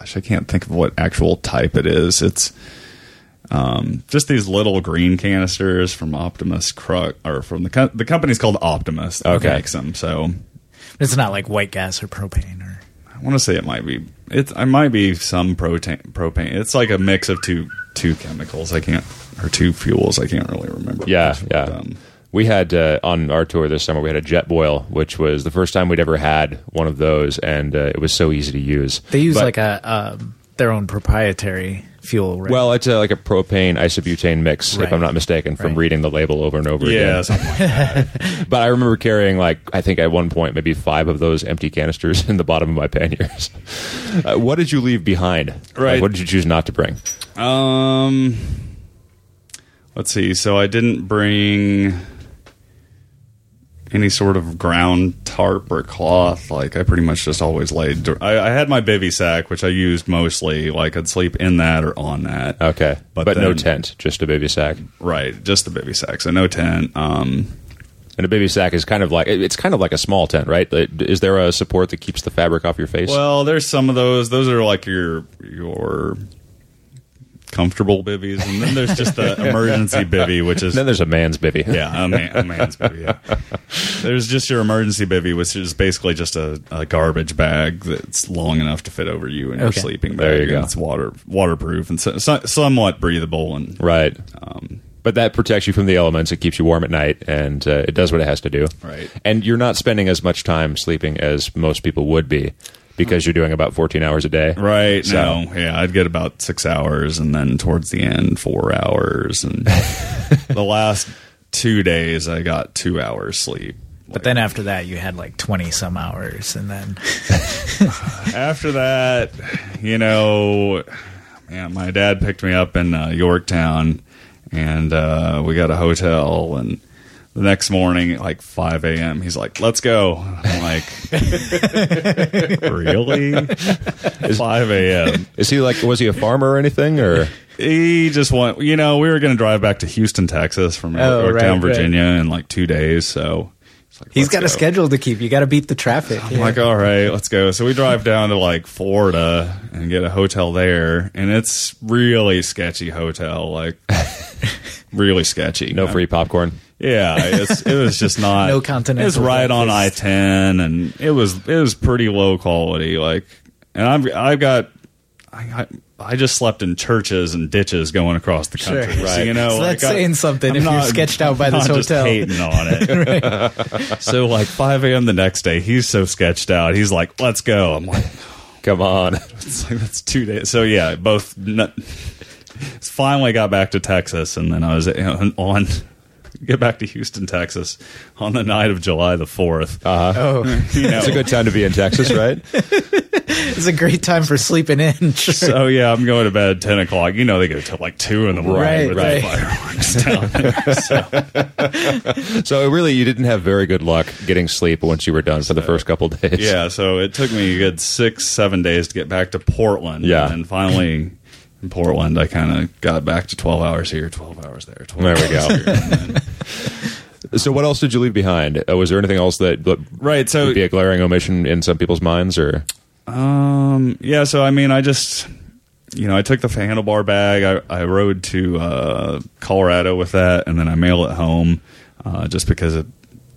[SPEAKER 4] gosh, I can't think of what actual type it is. It's um, just these little green canisters from Optimus Crux, or from the co- the company's called Optimus. That
[SPEAKER 2] Okay.
[SPEAKER 4] makes them. So
[SPEAKER 3] It's not like white gas or propane or
[SPEAKER 4] I want to say it might be it's I might be some protein propane. It's like a mix of two two chemicals. I can't or two fuels. I can't really remember.
[SPEAKER 2] Yeah,
[SPEAKER 4] which,
[SPEAKER 2] yeah.
[SPEAKER 4] but,
[SPEAKER 3] um,
[SPEAKER 2] we had uh, on our tour this summer. We had a jet boil, which was the first time we'd ever had one of those, and uh, it was so easy to use.
[SPEAKER 3] they use
[SPEAKER 2] But-
[SPEAKER 3] like a um, their own proprietary fuel. Right?
[SPEAKER 2] well, it's uh like a propane isobutane mix, if
[SPEAKER 3] Right.
[SPEAKER 2] I'm not mistaken, from
[SPEAKER 3] Right.
[SPEAKER 2] reading the label over and over
[SPEAKER 4] yeah,
[SPEAKER 2] again.
[SPEAKER 4] something like that.
[SPEAKER 2] But I remember carrying like I think at one point maybe five of those empty canisters [LAUGHS] in the bottom of my panniers. [LAUGHS] uh, what did you leave behind? Like,
[SPEAKER 4] Right.
[SPEAKER 2] what did you choose not to bring?
[SPEAKER 4] [LAUGHS] Um, let's see. So I didn't bring any sort of ground tarp or cloth. Like I pretty much just always laid. I, I had my bivy sack, which I used mostly. Like I'd sleep in that or on that.
[SPEAKER 2] Okay, but,
[SPEAKER 4] But
[SPEAKER 2] no
[SPEAKER 4] then-
[SPEAKER 2] tent, just a baby sack.
[SPEAKER 4] Right, just the bivy sack. So no tent. Um,
[SPEAKER 2] And a baby sack is kind of like it- it's kind of like a small tent, right? It- Is there a support that keeps the fabric off your face?
[SPEAKER 4] Well, there's some of those. Those are like your your comfortable bivvies, and then there's just the
[SPEAKER 2] [LAUGHS]
[SPEAKER 4] emergency bivvy, which is
[SPEAKER 2] then there's a man's bivy.
[SPEAKER 4] yeah, a, man, a man's bivvy. yeah. There's just your emergency bivvy, which is basically just a, a garbage bag that's long enough to fit over you and your
[SPEAKER 3] Okay.
[SPEAKER 4] sleeping bag.
[SPEAKER 2] There you
[SPEAKER 4] and
[SPEAKER 2] go.
[SPEAKER 4] It's water waterproof and so, so- somewhat breathable and
[SPEAKER 2] [LAUGHS] Right. but that protects you from the elements. It keeps you warm at night, and uh, it does what it has to do.
[SPEAKER 4] Right.
[SPEAKER 2] And you're not spending as much time sleeping as most people would be because you're doing about 14 hours a day.
[SPEAKER 4] Right.
[SPEAKER 2] So-
[SPEAKER 4] no. Yeah, I'd get about six hours, and then towards the end, four hours, and the last two days, I got two hours sleep.
[SPEAKER 3] but then after that, you had like twenty some hours, and then
[SPEAKER 4] After that, you know, man, my dad picked me up in uh, Yorktown, and uh, we got a hotel, and. The next morning at like 5 a.m., he's like, let's go. I'm like, [LAUGHS] really? 5 a.m.
[SPEAKER 2] Is he like, was he a farmer or anything? Or
[SPEAKER 4] He just went. You know, we were going to drive back to Houston, Texas, from
[SPEAKER 3] Oh,
[SPEAKER 4] Yorktown,
[SPEAKER 3] right,
[SPEAKER 4] Virginia, in like two days. So it's like,
[SPEAKER 3] he's
[SPEAKER 4] let's
[SPEAKER 3] got
[SPEAKER 4] go. Oh
[SPEAKER 3] a schedule to keep. You got to beat the traffic.
[SPEAKER 4] I'm like, all right, let's go. So we drive down to like Florida and get a hotel there, and it's really sketchy
[SPEAKER 3] [LAUGHS]
[SPEAKER 4] hotel, like really sketchy.
[SPEAKER 2] no free popcorn?
[SPEAKER 4] Yeah, it's, it was [LAUGHS] just not
[SPEAKER 3] No continental
[SPEAKER 4] It's right on I
[SPEAKER 3] breakfast.
[SPEAKER 4] ten, and it was it was pretty low quality. Like, and I've I've got I I, I just slept in churches and ditches going across the
[SPEAKER 3] Sure.
[SPEAKER 4] country. So, you know,
[SPEAKER 3] So that's
[SPEAKER 4] like, I-
[SPEAKER 3] saying something if you're sketched out by
[SPEAKER 4] [LAUGHS] I'm
[SPEAKER 3] this
[SPEAKER 4] not just
[SPEAKER 3] hotel.
[SPEAKER 4] hating on it. [LAUGHS] So like five a.m. the next day, he's so sketched out. He's like, "Let's go." I'm like,
[SPEAKER 2] Come on.
[SPEAKER 4] it's like that's two days. So yeah, both. N- finally got back to Texas, and then I was you know, on get back to Houston, Texas, on the night of July the fourth.
[SPEAKER 3] Oh,
[SPEAKER 4] [LAUGHS] You know,
[SPEAKER 2] It's a good time to be in
[SPEAKER 4] [LAUGHS]
[SPEAKER 2] Texas, right?
[SPEAKER 3] it's a great time for sleeping
[SPEAKER 4] [LAUGHS]
[SPEAKER 3] in. Sure.
[SPEAKER 4] so yeah, I'm going to bed at ten o'clock. You know they go till like two in the morning
[SPEAKER 3] Right,
[SPEAKER 4] with
[SPEAKER 3] right.
[SPEAKER 4] the fireworks down
[SPEAKER 2] [LAUGHS]
[SPEAKER 4] there. So
[SPEAKER 2] so really, you didn't have very good luck getting sleep once you were done for the first couple days.
[SPEAKER 4] yeah, so it took me a good six, seven days to get back to Portland.
[SPEAKER 2] Yeah.
[SPEAKER 4] and then finally in Portland, I kind of got back to twelve hours here, twelve hours there. 12
[SPEAKER 2] There we go.
[SPEAKER 4] hours here, and [LAUGHS] then-
[SPEAKER 2] So what else did you leave behind? Uh, was there anything else that that
[SPEAKER 4] right, so
[SPEAKER 2] would be a glaring omission in some people's minds, or
[SPEAKER 4] Um. Yeah. So I mean, I just you know I took the handlebar bag. I I rode to uh, Colorado with that, and then I mail it home uh, just because it,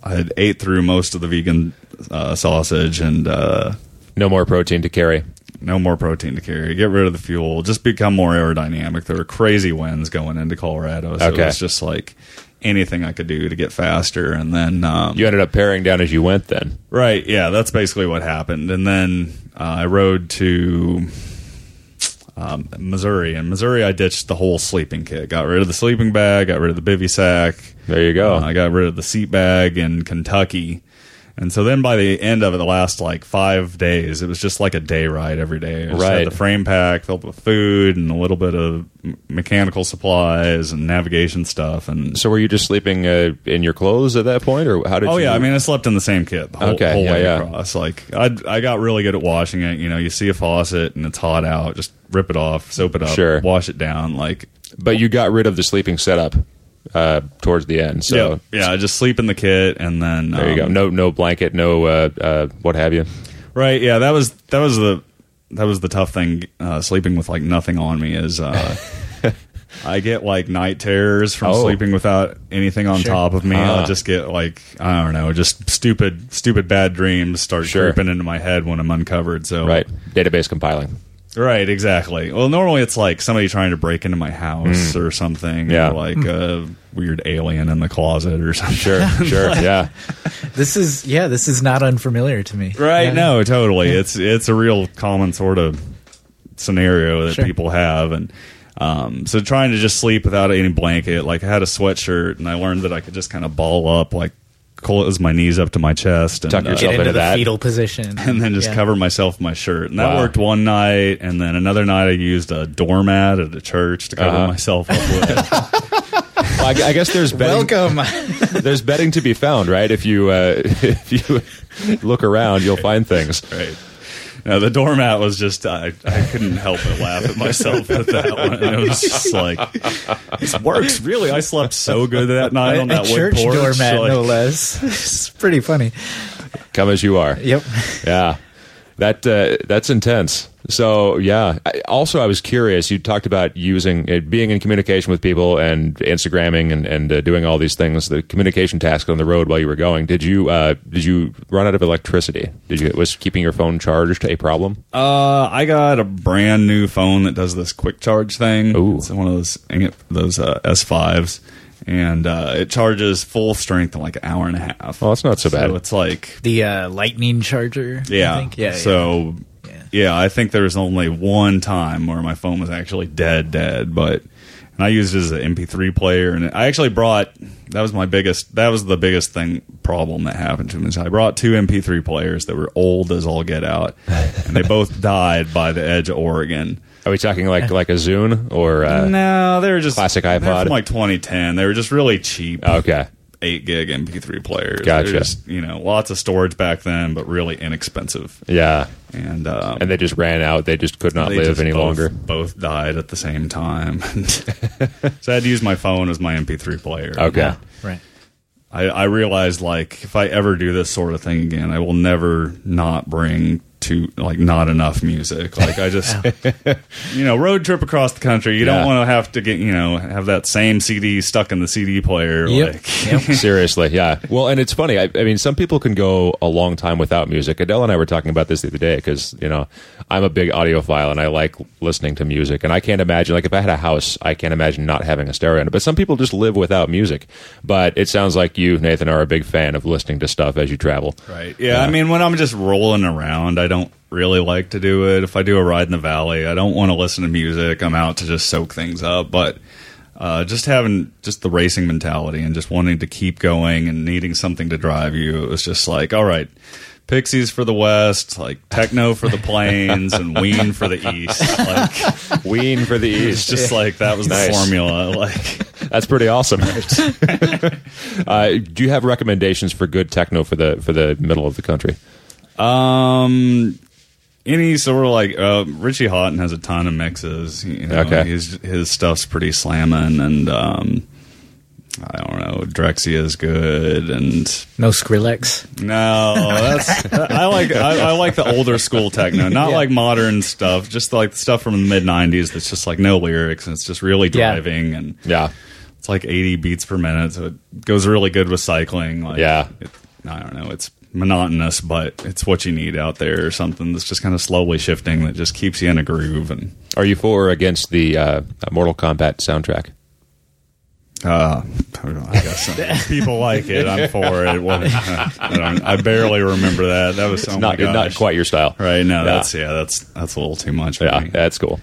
[SPEAKER 4] I had ate through most of the vegan uh, sausage and uh,
[SPEAKER 2] no more protein to carry?
[SPEAKER 4] no more protein to carry. Get rid of the fuel. Just become more aerodynamic. There were crazy winds going into Colorado, so
[SPEAKER 2] Okay.
[SPEAKER 4] it was just like anything I could do to get faster. And then um,
[SPEAKER 2] You ended up paring down as you went. Then
[SPEAKER 4] Right. Yeah, that's basically what happened. And then uh, I rode to um, Missouri. In Missouri, I ditched the whole sleeping kit. Got rid of the sleeping bag. Got rid of the bivy sack.
[SPEAKER 2] there you go.
[SPEAKER 4] Uh, I got rid of the seat bag in Kentucky. And so then by the end of it, the last like five days, it was just like a day ride every day. I just had
[SPEAKER 2] Right.
[SPEAKER 4] the frame pack filled with food and a little bit of m- mechanical supplies and navigation stuff. And
[SPEAKER 2] so were you just sleeping uh, in your clothes at that point, or how did?
[SPEAKER 4] Oh
[SPEAKER 2] you
[SPEAKER 4] yeah, I mean, I slept in the same kit the whole,
[SPEAKER 2] Okay,
[SPEAKER 4] whole
[SPEAKER 2] yeah,
[SPEAKER 4] way
[SPEAKER 2] yeah.
[SPEAKER 4] across. Like I, I got really good at washing it. You know, you see a faucet and it's hot out, just rip it off, soap it up,
[SPEAKER 2] Sure.
[SPEAKER 4] wash it down. Like
[SPEAKER 2] but you got rid of the sleeping setup uh, towards the end. So
[SPEAKER 4] yeah, yeah, I just sleep in the kit and then
[SPEAKER 2] there you go.
[SPEAKER 4] um,
[SPEAKER 2] No, no blanket, no uh, uh, what have you.
[SPEAKER 4] Right? Yeah, that was that was the that was the tough thing. Uh, sleeping with like nothing on me
[SPEAKER 2] [LAUGHS]
[SPEAKER 4] is. Uh, I get like night terrors from
[SPEAKER 2] Oh.
[SPEAKER 4] sleeping without anything on
[SPEAKER 3] Sure.
[SPEAKER 4] top of me.
[SPEAKER 2] Ah.
[SPEAKER 4] I'll just get like I don't know, just stupid, stupid bad dreams start
[SPEAKER 2] Sure.
[SPEAKER 4] creeping into my head when I'm uncovered. So
[SPEAKER 2] Right, database compiling.
[SPEAKER 4] Right, exactly. Well, normally it's like somebody trying to break into my house or something,
[SPEAKER 2] Mm. Yeah.
[SPEAKER 4] or like a weird alien in the closet or something.
[SPEAKER 2] Sure, [LAUGHS] sure, yeah.
[SPEAKER 3] This is yeah. This is not unfamiliar to me.
[SPEAKER 4] [LAUGHS] Right?
[SPEAKER 3] Yeah.
[SPEAKER 4] No, totally. It's it's a real common sort of scenario that
[SPEAKER 3] Sure.
[SPEAKER 4] people have, and um, so trying to just sleep without any blanket. Like I had a sweatshirt, and I learned that I could just kind of ball up, like close my knees up to my chest, and
[SPEAKER 2] Tuck
[SPEAKER 4] uh,
[SPEAKER 2] yourself
[SPEAKER 3] Get
[SPEAKER 2] into
[SPEAKER 3] into the
[SPEAKER 2] that.
[SPEAKER 3] fetal position
[SPEAKER 4] [LAUGHS] and then just
[SPEAKER 3] Yeah.
[SPEAKER 4] cover myself with my shirt. And that
[SPEAKER 2] Wow.
[SPEAKER 4] worked one night. And then another night, I used a doormat at a church to cover
[SPEAKER 2] Uh-huh.
[SPEAKER 4] myself up with.
[SPEAKER 2] Well, I, I guess there's betting,
[SPEAKER 3] Welcome.
[SPEAKER 2] [LAUGHS] there's betting to be found, right? If you uh, [LAUGHS] if you look around, you'll find things.
[SPEAKER 4] right. No, the doormat was just, I, I couldn't help but laugh at myself with that one. It was just like, this works, really. I slept so good that night on
[SPEAKER 3] a
[SPEAKER 4] that wood
[SPEAKER 3] church
[SPEAKER 4] porch.
[SPEAKER 3] doormat,
[SPEAKER 4] like-
[SPEAKER 3] no less. [LAUGHS] It's pretty funny.
[SPEAKER 2] Come as you are.
[SPEAKER 3] Yep.
[SPEAKER 2] Yeah, that uh, that's intense. So yeah. I, also, I was curious. You talked about using uh, being in communication with people and Instagramming and and uh, doing all these things. The communication task on the road while you were going. Did you uh, did you run out of electricity? Did you was keeping your phone charged a problem?
[SPEAKER 4] Uh, I got a brand new phone that does this quick charge thing.
[SPEAKER 2] Ooh.
[SPEAKER 4] It's one of those those uh, S5s, and uh, it charges full strength in like an hour and a half.
[SPEAKER 2] Well, Oh, that's not so bad.
[SPEAKER 4] So it's like
[SPEAKER 3] The uh, lightning charger.
[SPEAKER 4] yeah,
[SPEAKER 3] I think. Yeah.
[SPEAKER 4] So yeah. I think there was only one time where my phone was actually dead, dead, but. And I used it as an MP3 player, and I actually brought. That was my biggest. That was the biggest thing problem that happened to me. Is I brought two MP3 players that were old as all get out, and they [LAUGHS] both died by the edge of Oregon.
[SPEAKER 2] Are we talking like like a Zune or uh,
[SPEAKER 4] No, they were just
[SPEAKER 2] Classic
[SPEAKER 4] they're
[SPEAKER 2] iPod?
[SPEAKER 4] from like 2010. They were just really cheap.
[SPEAKER 2] okay?
[SPEAKER 4] Eight gig MP3 players.
[SPEAKER 2] Gotcha.
[SPEAKER 4] They're Just, you know, lots of storage back then, but really inexpensive.
[SPEAKER 2] Yeah,
[SPEAKER 4] And um,
[SPEAKER 2] and they just ran out. They just could not
[SPEAKER 4] they
[SPEAKER 2] live
[SPEAKER 4] just
[SPEAKER 2] any
[SPEAKER 4] both,
[SPEAKER 2] longer.
[SPEAKER 4] Both died at the same time. [LAUGHS] so I had to use my phone as my MP3 player.
[SPEAKER 2] Okay.
[SPEAKER 3] Yeah. Right.
[SPEAKER 4] I, I realized like if I ever do this sort of thing again, I will never not bring to like not enough music. Like
[SPEAKER 2] [LAUGHS]
[SPEAKER 4] I just you know, road trip across the country, you
[SPEAKER 2] Yeah.
[SPEAKER 4] don't want to have to get, you know, have that same CD stuck in the CD player
[SPEAKER 3] Yep.
[SPEAKER 4] like
[SPEAKER 2] [LAUGHS] Seriously, yeah. Well, and it's funny. I, I mean, some people can go a long time without music. Adele and I were talking about this the other day because you know I'm a big audiophile and I like listening to music. And I can't imagine like if I had a house, I can't imagine not having a stereo in it. But some people just live without music. But it sounds like you, Nathan, are a big fan of listening to stuff as you travel. [LAUGHS]
[SPEAKER 4] Right. Yeah, I mean when I'm just rolling around, I don't don't really like to do it. If I do a ride in the valley, I don't want to listen to music. I'm out to just soak things up. But uh, just having just the racing mentality and just wanting to keep going and needing something to drive you, it was just like, all right, Pixies for the West, like techno for the plains, and Ween for the East. Like
[SPEAKER 2] Ween for the
[SPEAKER 4] it's
[SPEAKER 2] East.
[SPEAKER 4] just like that was the
[SPEAKER 2] Nice.
[SPEAKER 4] formula. Like
[SPEAKER 2] That's pretty awesome. [LAUGHS] uh, do you have recommendations for good techno for the for the middle of the country?
[SPEAKER 4] Um, any sort of like uh, Richie Houghton has a ton of mixes. You know,
[SPEAKER 2] Okay.
[SPEAKER 4] his his stuff's pretty slamming, and um, I don't know. Drexia is good, and
[SPEAKER 3] No Skrillex.
[SPEAKER 4] no, that's I like I, I like the older school techno, not like modern stuff. Just like the stuff from the mid '90s that's just like no lyrics and it's just really
[SPEAKER 3] Yeah.
[SPEAKER 4] driving and
[SPEAKER 2] Yeah.
[SPEAKER 4] it's like 80 beats per minute, so it goes really good with cycling. Like,
[SPEAKER 2] Yeah.
[SPEAKER 4] it, I don't know. It's monotonous, but it's what you need out there, or something that's just kind of slowly shifting that just keeps you in a groove. And
[SPEAKER 2] Are you for or against the uh, Mortal Kombat soundtrack?
[SPEAKER 4] uh, I don't know, I guess uh, people like it. I'm for it. Well, [LAUGHS] I, don't, I barely remember that. That was so
[SPEAKER 2] not not quite your style,
[SPEAKER 4] Oh right. No,
[SPEAKER 2] Yeah.
[SPEAKER 4] that's yeah, that's that's a little too much. For
[SPEAKER 2] Yeah,
[SPEAKER 4] me.
[SPEAKER 2] that's cool.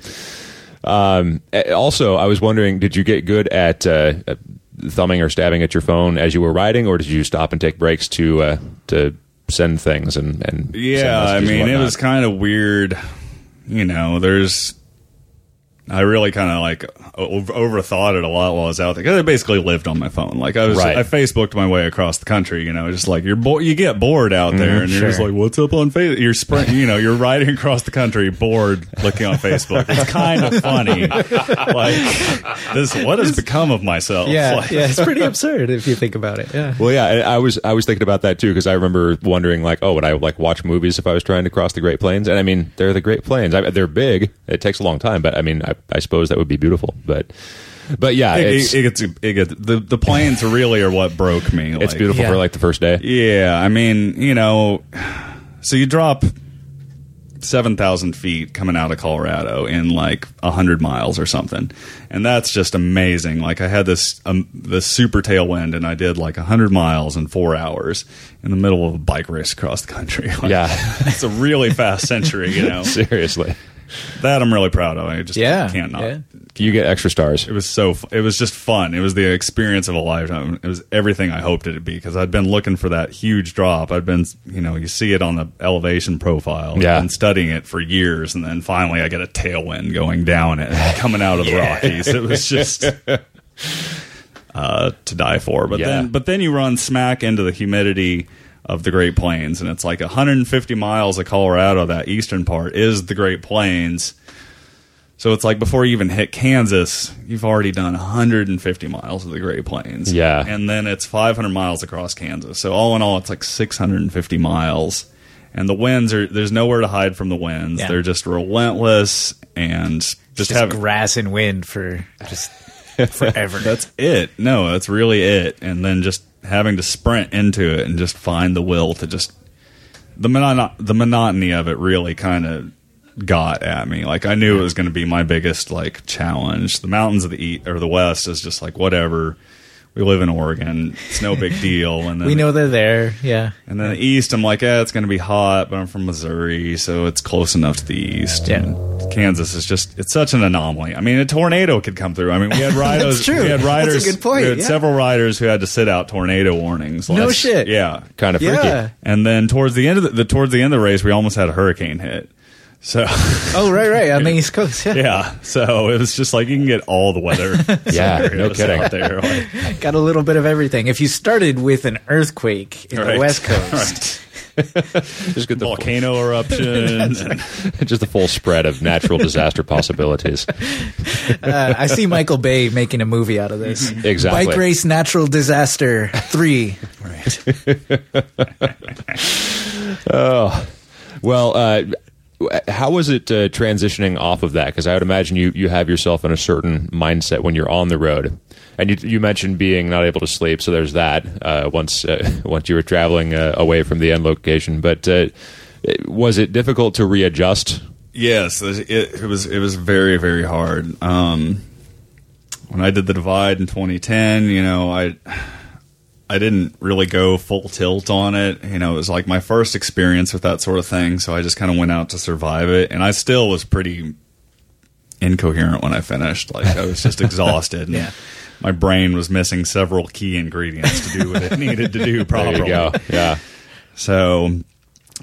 [SPEAKER 2] Um, a- also, I was wondering, did you get good at uh, at thumbing or stabbing at your phone as you were riding, or did you stop and take breaks to uh, to send things and and send
[SPEAKER 4] Yeah, I
[SPEAKER 2] messages and
[SPEAKER 4] mean, it
[SPEAKER 2] whatnot?
[SPEAKER 4] was kind of weird. You know, there's. I really kind of like o- overthought it a lot while I was out there. 'Cause I basically lived on my phone. Like I was,
[SPEAKER 2] Right.
[SPEAKER 4] I Facebooked my way across the country. You know, just like you're, bo- you get bored
[SPEAKER 2] Mm-hmm,
[SPEAKER 4] out there, and you're just
[SPEAKER 3] sure.
[SPEAKER 4] like, "What's up on Facebook?" You're sprint, you know, you're riding across the country, bored, looking on Facebook. It's kind of funny. like this, what has become of myself?
[SPEAKER 3] Yeah,
[SPEAKER 4] Like,
[SPEAKER 3] yeah, it's
[SPEAKER 4] [LAUGHS]
[SPEAKER 3] pretty absurd if you think about it. Yeah.
[SPEAKER 2] Well, yeah, and I was I was thinking about that too because I remember wondering like, oh, would I like watch movies if I was trying to cross the Great Plains? And I mean, they're the Great Plains. I, they're big. It takes a long time, but I mean, I, I suppose that would be beautiful. But but yeah,
[SPEAKER 4] It,
[SPEAKER 2] it's
[SPEAKER 4] it, gets, it gets the the planes really are what broke me.
[SPEAKER 2] it's
[SPEAKER 4] like-
[SPEAKER 2] beautiful for
[SPEAKER 3] Yeah.
[SPEAKER 2] like the first day.
[SPEAKER 4] Yeah, I mean, you know, so you drop seven thousand feet coming out of Colorado in like hundred miles or something, and that's just amazing. Like I had this um, this super tailwind, and I did like hundred miles in four hours in the middle of a bike race across the country. [LAUGHS] Like,
[SPEAKER 2] Yeah, [LAUGHS]
[SPEAKER 4] it's a really fast century,
[SPEAKER 3] [LAUGHS]
[SPEAKER 4] you know.
[SPEAKER 2] seriously,
[SPEAKER 4] That I'm really proud of. I just
[SPEAKER 3] Yeah,
[SPEAKER 4] can't not.
[SPEAKER 3] yeah.
[SPEAKER 2] you get extra stars.
[SPEAKER 4] It was so. fu- It was just fun. It was the experience of a lifetime. It was everything I hoped it'd be because I'd been looking for that huge drop. I'd been, you know, you see it on the elevation profile.
[SPEAKER 2] Yeah.
[SPEAKER 4] I've been studying it for years, and then finally I get a tailwind going down it, [LAUGHS] coming out of the Rockies. It was
[SPEAKER 2] [LAUGHS]
[SPEAKER 4] just. Uh, to die for, but
[SPEAKER 2] Yeah.
[SPEAKER 4] then but then you run smack into the humidity of the Great Plains, and it's like 150 miles of Colorado. That eastern part is the Great Plains, so it's like before you even hit Kansas, you've already done 150 miles of the Great Plains.
[SPEAKER 2] Yeah.
[SPEAKER 4] And then it's 500 miles across Kansas. So all in all, it's like 650 miles. And the winds are, there's nowhere to hide from the winds.
[SPEAKER 3] Yeah.
[SPEAKER 4] They're just relentless and just,
[SPEAKER 3] Just
[SPEAKER 4] have.
[SPEAKER 3] grass and wind for
[SPEAKER 4] [LAUGHS]
[SPEAKER 3] just forever.
[SPEAKER 4] that's it. No, that's really it. And then just having to sprint into it and just find the will to just the mono- the monotony of it really kind of got at me. Like I knew it was going to be my biggest like challenge. The mountains of the east or the west is just like whatever. We live in Oregon. It's no big deal. And then
[SPEAKER 3] we know they're there.
[SPEAKER 4] [LAUGHS]
[SPEAKER 3] Yeah.
[SPEAKER 4] and then the east, I'm like, eh, it's going to be hot, but I'm from Missouri, so it's close enough to the east.
[SPEAKER 3] Yeah.
[SPEAKER 4] And Kansas is just, it's such an anomaly. I mean, a tornado could come through. I mean,
[SPEAKER 3] [LAUGHS]
[SPEAKER 4] we had riders.
[SPEAKER 3] true.
[SPEAKER 4] We had
[SPEAKER 3] That's a
[SPEAKER 4] riders.
[SPEAKER 3] good point,
[SPEAKER 4] We had
[SPEAKER 3] yeah.
[SPEAKER 4] several riders who had to sit out tornado warnings.
[SPEAKER 3] No
[SPEAKER 4] Last-
[SPEAKER 3] shit.
[SPEAKER 4] Yeah.
[SPEAKER 2] Kind of freaky.
[SPEAKER 3] Yeah.
[SPEAKER 4] And then towards the end of the, the towards the end of the race, we almost had a hurricane hit. So [LAUGHS]
[SPEAKER 3] Oh, right, right. On the East Coast. Yeah.
[SPEAKER 4] yeah, so it was just like you can get all
[SPEAKER 3] [LAUGHS]
[SPEAKER 4] the weather.
[SPEAKER 2] Yeah, no
[SPEAKER 4] scenarios
[SPEAKER 2] kidding.
[SPEAKER 4] Out there, like,
[SPEAKER 3] Got a little bit of everything. If you started with an earthquake in
[SPEAKER 4] right.
[SPEAKER 3] the
[SPEAKER 2] [LAUGHS]
[SPEAKER 3] West Coast,
[SPEAKER 4] [LAUGHS] Right.
[SPEAKER 2] Just get the
[SPEAKER 4] volcano eruptions. and-
[SPEAKER 2] just the full spread of natural disaster
[SPEAKER 4] [LAUGHS]
[SPEAKER 2] possibilities.
[SPEAKER 3] uh, I see Michael Bay making a movie out of this.
[SPEAKER 2] [LAUGHS] Exactly.
[SPEAKER 3] Bike race natural disaster three.
[SPEAKER 2] Well, uh, how was it uh, transitioning off of that? Because I would imagine you, you have yourself in a certain mindset when you're on the road, and you, you mentioned being not able to sleep. So there's that. Uh, once uh, [LAUGHS] once you were traveling uh, away from the end location, but uh, it- was it difficult to readjust?
[SPEAKER 4] Yes, it, it was it was very very hard. Um, when I did the divide in 2010, you know, I I I didn't really go full tilt on it. You know, it was like my first experience with that sort of thing, so I just kind of went out to survive it, and I still was pretty incoherent when I finished. Like I
[SPEAKER 2] [LAUGHS]
[SPEAKER 4] was just exhausted. And
[SPEAKER 3] Yeah.
[SPEAKER 4] My brain was missing several key ingredients to do what it [LAUGHS] needed to do
[SPEAKER 2] There
[SPEAKER 4] properly.
[SPEAKER 2] you go. Yeah.
[SPEAKER 4] So,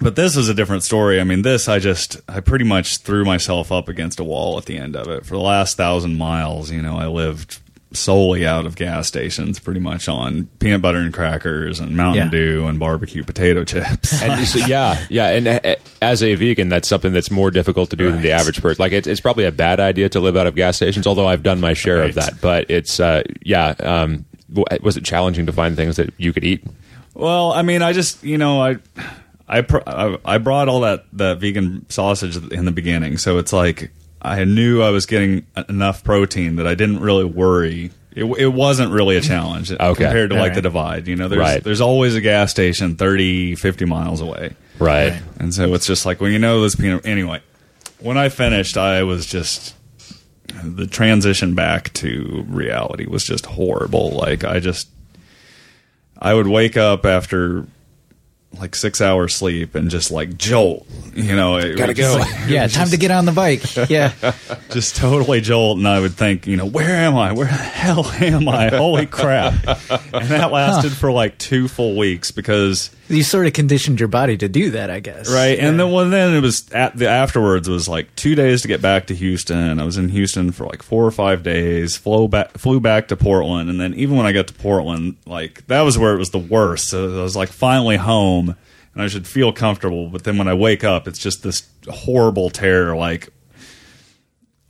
[SPEAKER 4] but this was a different story. I mean, this I just I pretty much threw myself up against a wall at the end of it. For the last thousand miles, you know, I lived solely out of gas stations, pretty much on peanut butter and crackers and Mountain
[SPEAKER 3] Yeah.
[SPEAKER 4] Dew and barbecue potato chips.
[SPEAKER 2] And so, yeah, yeah. And uh, as a vegan, that's something that's more difficult to do than the average person. Like, it's, it's probably a bad idea to live out of gas stations, although I've done my share of
[SPEAKER 4] Right.
[SPEAKER 2] that. But it's, uh, yeah. Um, w- was it challenging to find things that you could eat?
[SPEAKER 4] Well, I mean, I just you know I. I, pr- I I brought all that, that vegan sausage in the beginning, so it's like I knew I was getting enough protein that I didn't really worry. It, it wasn't really a challenge compared to like
[SPEAKER 3] Alright.
[SPEAKER 4] the divide. You know, there's
[SPEAKER 2] Right.
[SPEAKER 4] there's always a gas station 30, 50 miles away,
[SPEAKER 2] Right.
[SPEAKER 4] and so it's just like well, you know, this peanut. Anyway, when I finished, I was just the transition back to reality was just horrible. Like I just I would wake up after like six hours sleep and just like jolt, you know,
[SPEAKER 2] [LAUGHS]
[SPEAKER 4] it
[SPEAKER 2] Gotta
[SPEAKER 4] would just,
[SPEAKER 2] go.
[SPEAKER 4] like,
[SPEAKER 3] yeah, time to get on the bike.
[SPEAKER 2] [LAUGHS]
[SPEAKER 3] Yeah,
[SPEAKER 4] just totally jolt. And I would think, you know, where am I? Where the hell am I? Holy crap! And that lasted for like two full weeks because
[SPEAKER 3] you sort of conditioned your body to do that, I guess.
[SPEAKER 4] [LAUGHS] right and then well then it was at the afterwards was like two days to get back to houston i was in houston for like four or five days flew back flew back to portland and then even when i got to portland like that was where it was the worst so i was like finally home and i should feel comfortable but then when i wake up it's just this horrible terror like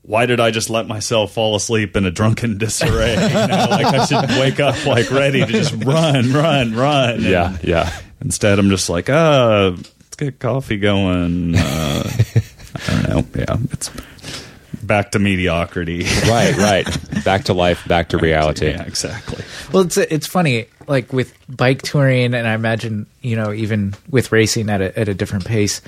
[SPEAKER 4] why did I just let myself fall asleep in a drunken disarray? You know, like I should wake up like ready to just run, run, run. And-
[SPEAKER 2] Yeah. [LAUGHS] Yeah.
[SPEAKER 4] Instead, I'm just like, uh, let's get coffee going. Uh, I don't know. Yeah, it's back to mediocrity.
[SPEAKER 2] Right. Right. Back to life. Back to reality.
[SPEAKER 4] [LAUGHS] yeah, exactly.
[SPEAKER 3] Well, it's it's funny, like with bike touring, and I imagine you know even with racing at a at a different pace,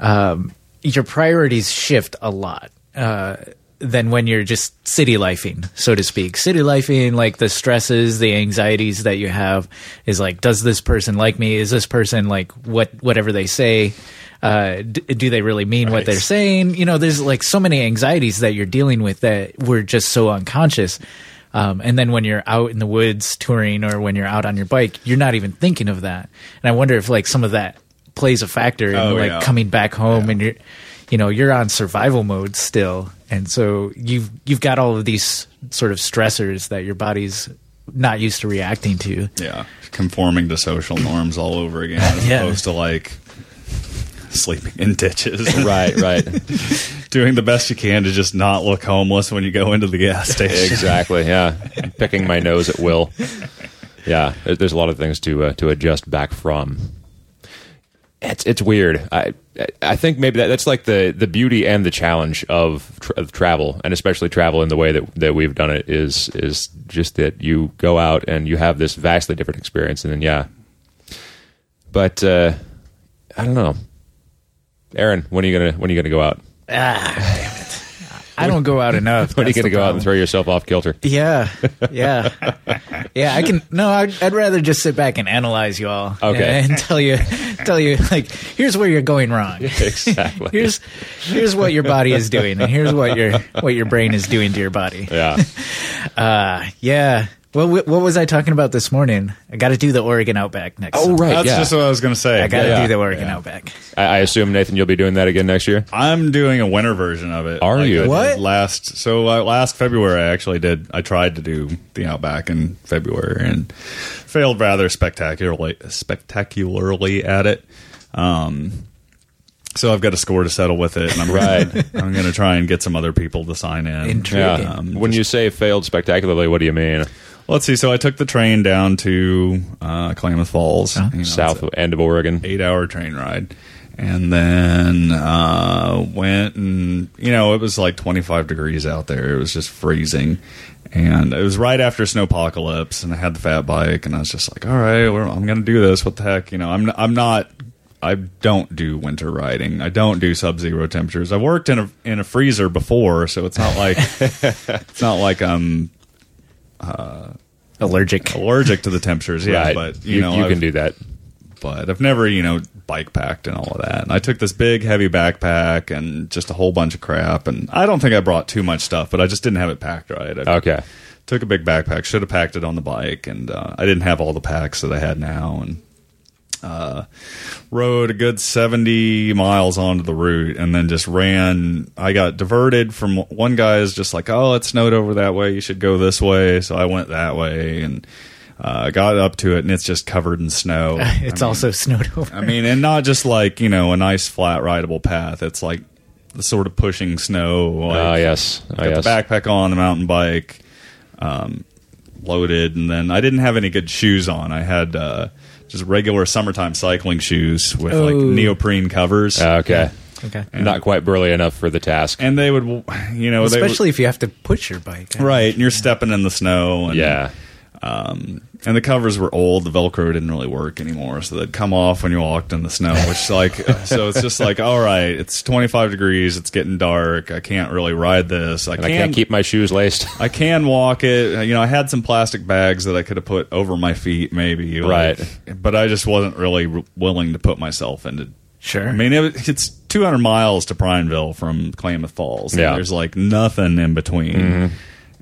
[SPEAKER 3] um, your priorities shift a lot uh, than when you're just city lifing, so to speak. City lifing, like the stresses, the anxieties that you have, is like, does this person like me? Is this person like what whatever they say? Uh, d- do they really mean what they're saying? You know, there's like so many anxieties that you're dealing with that we're just so unconscious. Um, and then when you're out in the woods touring or when you're out on your bike, you're not even thinking of that. And I wonder if like some of that plays a factor in
[SPEAKER 4] Oh,
[SPEAKER 3] like
[SPEAKER 4] yeah.
[SPEAKER 3] coming back home and you're, you know, you're on survival mode still. And so you've, you've got all of these sort of stressors that your body's not used to reacting to.
[SPEAKER 4] Yeah, conforming to social norms all over again, as
[SPEAKER 3] Yeah.
[SPEAKER 4] opposed to like sleeping in ditches,
[SPEAKER 2] Right. Right.
[SPEAKER 4] doing the best you can to just not look homeless when you go into the gas station.
[SPEAKER 2] Exactly. Yeah. Picking my nose at will. Yeah. there- There's a lot of things to uh, to adjust back from. It's it's weird. I I think maybe that, that's like the the beauty and the challenge of, tr of travel, and especially travel in the way that that we've done it is is just that you go out and you have this vastly different experience, and then yeah. But uh, I don't know, Aaron. When are you gonna when are you gonna go out?
[SPEAKER 3] I don't go
[SPEAKER 2] [LAUGHS]
[SPEAKER 3] out enough.
[SPEAKER 2] When are you
[SPEAKER 3] That's the
[SPEAKER 2] gonna go out and
[SPEAKER 3] problem.
[SPEAKER 2] throw yourself off
[SPEAKER 3] [LAUGHS]
[SPEAKER 2] kilter?
[SPEAKER 3] Yeah, yeah, yeah. I can. No, I'd, I'd rather just sit back and analyze you all.
[SPEAKER 2] Okay.
[SPEAKER 3] and, tell you, tell you, like, here's where you're going wrong.
[SPEAKER 2] [LAUGHS] Exactly.
[SPEAKER 3] Here's here's what your body is doing, and here's what your what your brain is doing to your body.
[SPEAKER 2] yeah.
[SPEAKER 3] Uh, yeah. Well, wh- what was I talking about this morning? I got to do the Oregon Outback next.
[SPEAKER 2] Oh
[SPEAKER 3] summer.
[SPEAKER 2] right.
[SPEAKER 4] That's
[SPEAKER 2] yeah.
[SPEAKER 4] just what I was going to say.
[SPEAKER 3] I got to
[SPEAKER 2] yeah,
[SPEAKER 3] do the
[SPEAKER 2] yeah.
[SPEAKER 3] Oregon Outback.
[SPEAKER 2] I, I assume Nathan, you'll be doing that again next year.
[SPEAKER 4] I'm doing a winter version of it.
[SPEAKER 2] Are
[SPEAKER 4] Like
[SPEAKER 2] you?
[SPEAKER 4] I did
[SPEAKER 3] What?
[SPEAKER 4] last? So uh, last February, I actually did. I tried to do the Outback in February and failed rather spectacularly, spectacularly at it. Um, so I've got a score to settle with it, and I'm
[SPEAKER 2] Right.
[SPEAKER 4] [LAUGHS] I'm going to try and get some other people to sign in.
[SPEAKER 3] Intriguing.
[SPEAKER 2] Yeah.
[SPEAKER 4] Um,
[SPEAKER 2] when you say failed spectacularly, what do you mean?
[SPEAKER 4] Let's see. So I took the train down to uh, Klamath Falls, you know, it's
[SPEAKER 2] South end of Oregon.
[SPEAKER 4] eight hour train ride and then uh, went and you know it was like 25 degrees out there it was just freezing and it was right after snowpocalypse and i had the fat bike and i was just like all right well, i'm gonna do this what the heck you know i'm, I'm not i don't do winter riding i don't do sub-zero temperatures i worked in a, in a
[SPEAKER 2] [LAUGHS]
[SPEAKER 4] freezer before so it's not like it's not like i'm [LAUGHS]
[SPEAKER 3] allergic.
[SPEAKER 4] allergic to the temperatures. Yeah,
[SPEAKER 2] right.
[SPEAKER 4] but you, know,
[SPEAKER 2] you
[SPEAKER 4] I've-
[SPEAKER 2] can do that.
[SPEAKER 4] But I've never you know bike packed and all of that. And I took this big heavy backpack and just a whole bunch of crap. And I don't think I brought too much stuff, but I just didn't have it packed right. I
[SPEAKER 2] Okay.
[SPEAKER 4] took a big backpack. Should have packed it on the bike, and uh, I didn't have all the packs that I had now. And uh, rode a good seventy miles onto the route, and then just ran. I got diverted from one guy is just like, "Oh, it snowed over that way. You should go this way." So I went that way, and uh, got up to it, and it's just covered in snow.
[SPEAKER 3] [LAUGHS] It's also snowed over.
[SPEAKER 4] I mean, and not just like you know a nice flat rideable path. It's like the sort of pushing snow.
[SPEAKER 2] Oh
[SPEAKER 4] like,
[SPEAKER 2] yes. Oh,
[SPEAKER 4] got
[SPEAKER 2] yes.
[SPEAKER 4] the backpack on, the mountain bike, um, loaded, and then I didn't have any good shoes on. I had uh, just regular summertime cycling shoes with like
[SPEAKER 3] Oh.
[SPEAKER 4] neoprene covers,
[SPEAKER 2] Ah, Okay.
[SPEAKER 3] Okay.
[SPEAKER 2] Not quite burly enough for the task.
[SPEAKER 4] and they would, you know, they would-
[SPEAKER 3] Especially if you have to push your bike.
[SPEAKER 4] right. And you're stepping in the snow, and
[SPEAKER 2] yeah.
[SPEAKER 4] Um, and the covers were old. The Velcro didn't really work anymore, so they'd come off when you walked in the snow. Which,
[SPEAKER 2] [LAUGHS]
[SPEAKER 4] like, so it's just like, all right, it's 25 degrees. It's getting dark. I can't really ride this. I
[SPEAKER 2] And I can't keep my shoes
[SPEAKER 4] [LAUGHS]
[SPEAKER 2] laced. [LAUGHS]
[SPEAKER 4] I can walk it. You know, I had some plastic bags that I could have put over my feet, maybe. like- But I just wasn't really r- willing to put myself into.
[SPEAKER 3] Sure.
[SPEAKER 4] I mean, it, was- it's 200 miles to Prineville from Klamath Falls. and
[SPEAKER 2] Yeah. Mm-hmm.
[SPEAKER 4] There's like nothing in between.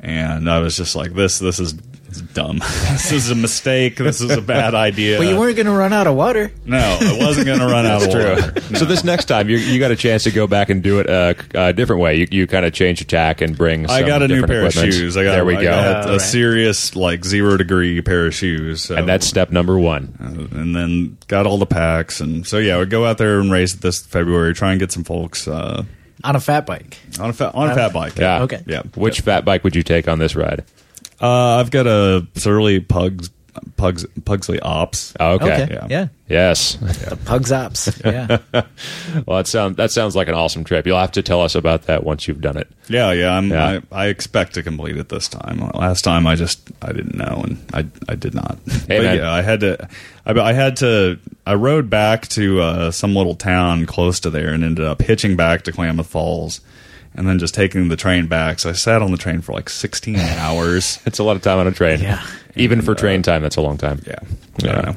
[SPEAKER 4] And I was just like, this, this is dumb. [LAUGHS] this is a mistake. This is
[SPEAKER 2] [LAUGHS]
[SPEAKER 4] a bad idea.
[SPEAKER 3] But you weren't going to run out of water.
[SPEAKER 4] No, I wasn't going to run out of water.
[SPEAKER 2] So this next time, you you got a chance to go back and do it uh, c- a different way. You you kind of change attack and bring.
[SPEAKER 4] I
[SPEAKER 2] some
[SPEAKER 4] got a new
[SPEAKER 2] different
[SPEAKER 4] pair of
[SPEAKER 2] equipment.
[SPEAKER 4] shoes. I got,
[SPEAKER 2] there we
[SPEAKER 4] I
[SPEAKER 2] go.
[SPEAKER 4] got a
[SPEAKER 3] Alright.
[SPEAKER 4] serious, like, zero degree pair of shoes. so-
[SPEAKER 2] and that's step number one.
[SPEAKER 4] Uh, and then got all the packs and so yeah we go out there and race it this february try and get some folks uh,
[SPEAKER 3] On a fat bike.
[SPEAKER 4] on a fat on a fat bike
[SPEAKER 2] Yeah.
[SPEAKER 3] Okay.
[SPEAKER 4] yeah
[SPEAKER 2] Which fat bike would you take on this ride?
[SPEAKER 4] uh, i've got a surly pugs pugs pugsley ops
[SPEAKER 2] Oh, okay.
[SPEAKER 3] Okay.
[SPEAKER 4] Yeah.
[SPEAKER 3] Yeah.
[SPEAKER 2] Yes.
[SPEAKER 3] The Pugs Ops. Yeah.
[SPEAKER 2] Well, that sounds that sounds like an awesome trip. You'll have to tell us about that once you've done it.
[SPEAKER 4] yeah yeah, I'm,
[SPEAKER 2] Yeah.
[SPEAKER 4] I, I expect to complete it this time last time i just i didn't know and i i did not [LAUGHS] but
[SPEAKER 2] man.
[SPEAKER 4] yeah i had to I, I had to i rode back to uh, some little town close to there and ended up hitching back to klamath falls and then just taking the train back. So I sat on the train for like 16 [LAUGHS] hours.
[SPEAKER 2] It's a lot of time on a train.
[SPEAKER 3] Yeah.
[SPEAKER 2] Even for train time, that's a long time.
[SPEAKER 4] uh, Yeah.
[SPEAKER 2] Yeah.
[SPEAKER 4] I don't know.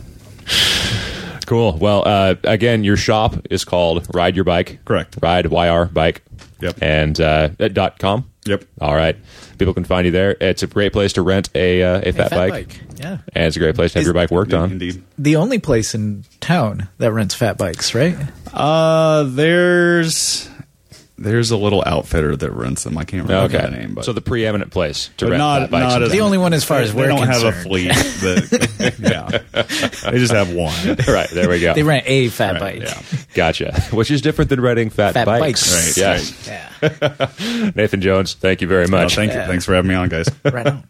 [SPEAKER 2] Cool. Well, uh, again, your shop is called Ride Your Bike.
[SPEAKER 4] Correct.
[SPEAKER 2] Ride YR Bike.
[SPEAKER 4] Yep.
[SPEAKER 2] And uh, at dot com.
[SPEAKER 4] Yep.
[SPEAKER 2] All right. People can find you there. It's a great place to rent a uh, a, fat, bike.
[SPEAKER 3] Yeah.
[SPEAKER 2] and it's a great place to have
[SPEAKER 3] Is-
[SPEAKER 2] your bike worked on.
[SPEAKER 4] Indeed.
[SPEAKER 3] The only place in town that rents fat bikes, right?
[SPEAKER 4] Uh, there's there's a little outfitter that rents them. I can't remember
[SPEAKER 2] Okay.
[SPEAKER 4] the name, but
[SPEAKER 2] so the preeminent place to
[SPEAKER 4] but
[SPEAKER 2] rent
[SPEAKER 4] not
[SPEAKER 2] fat bikes.
[SPEAKER 4] not
[SPEAKER 2] in
[SPEAKER 4] as
[SPEAKER 3] The only one as far
[SPEAKER 4] they-
[SPEAKER 3] as
[SPEAKER 4] they
[SPEAKER 3] we're
[SPEAKER 4] don't have a
[SPEAKER 3] concerned.
[SPEAKER 4] fleet. [LAUGHS] That, yeah, they just have one.
[SPEAKER 2] town. right there we go.
[SPEAKER 4] [LAUGHS]
[SPEAKER 3] They rent a fat
[SPEAKER 4] Right,
[SPEAKER 3] bike.
[SPEAKER 4] yeah.
[SPEAKER 2] gotcha. [LAUGHS] Which is different than renting fat,
[SPEAKER 3] Fat
[SPEAKER 2] bikes.
[SPEAKER 3] bikes.
[SPEAKER 4] Right,
[SPEAKER 2] Yes.
[SPEAKER 3] Yeah.
[SPEAKER 2] Nathan Jones, thank you very
[SPEAKER 4] Well,
[SPEAKER 2] much.
[SPEAKER 4] thank you.
[SPEAKER 3] Yeah.
[SPEAKER 4] Thanks for having me on, guys.
[SPEAKER 3] Right on.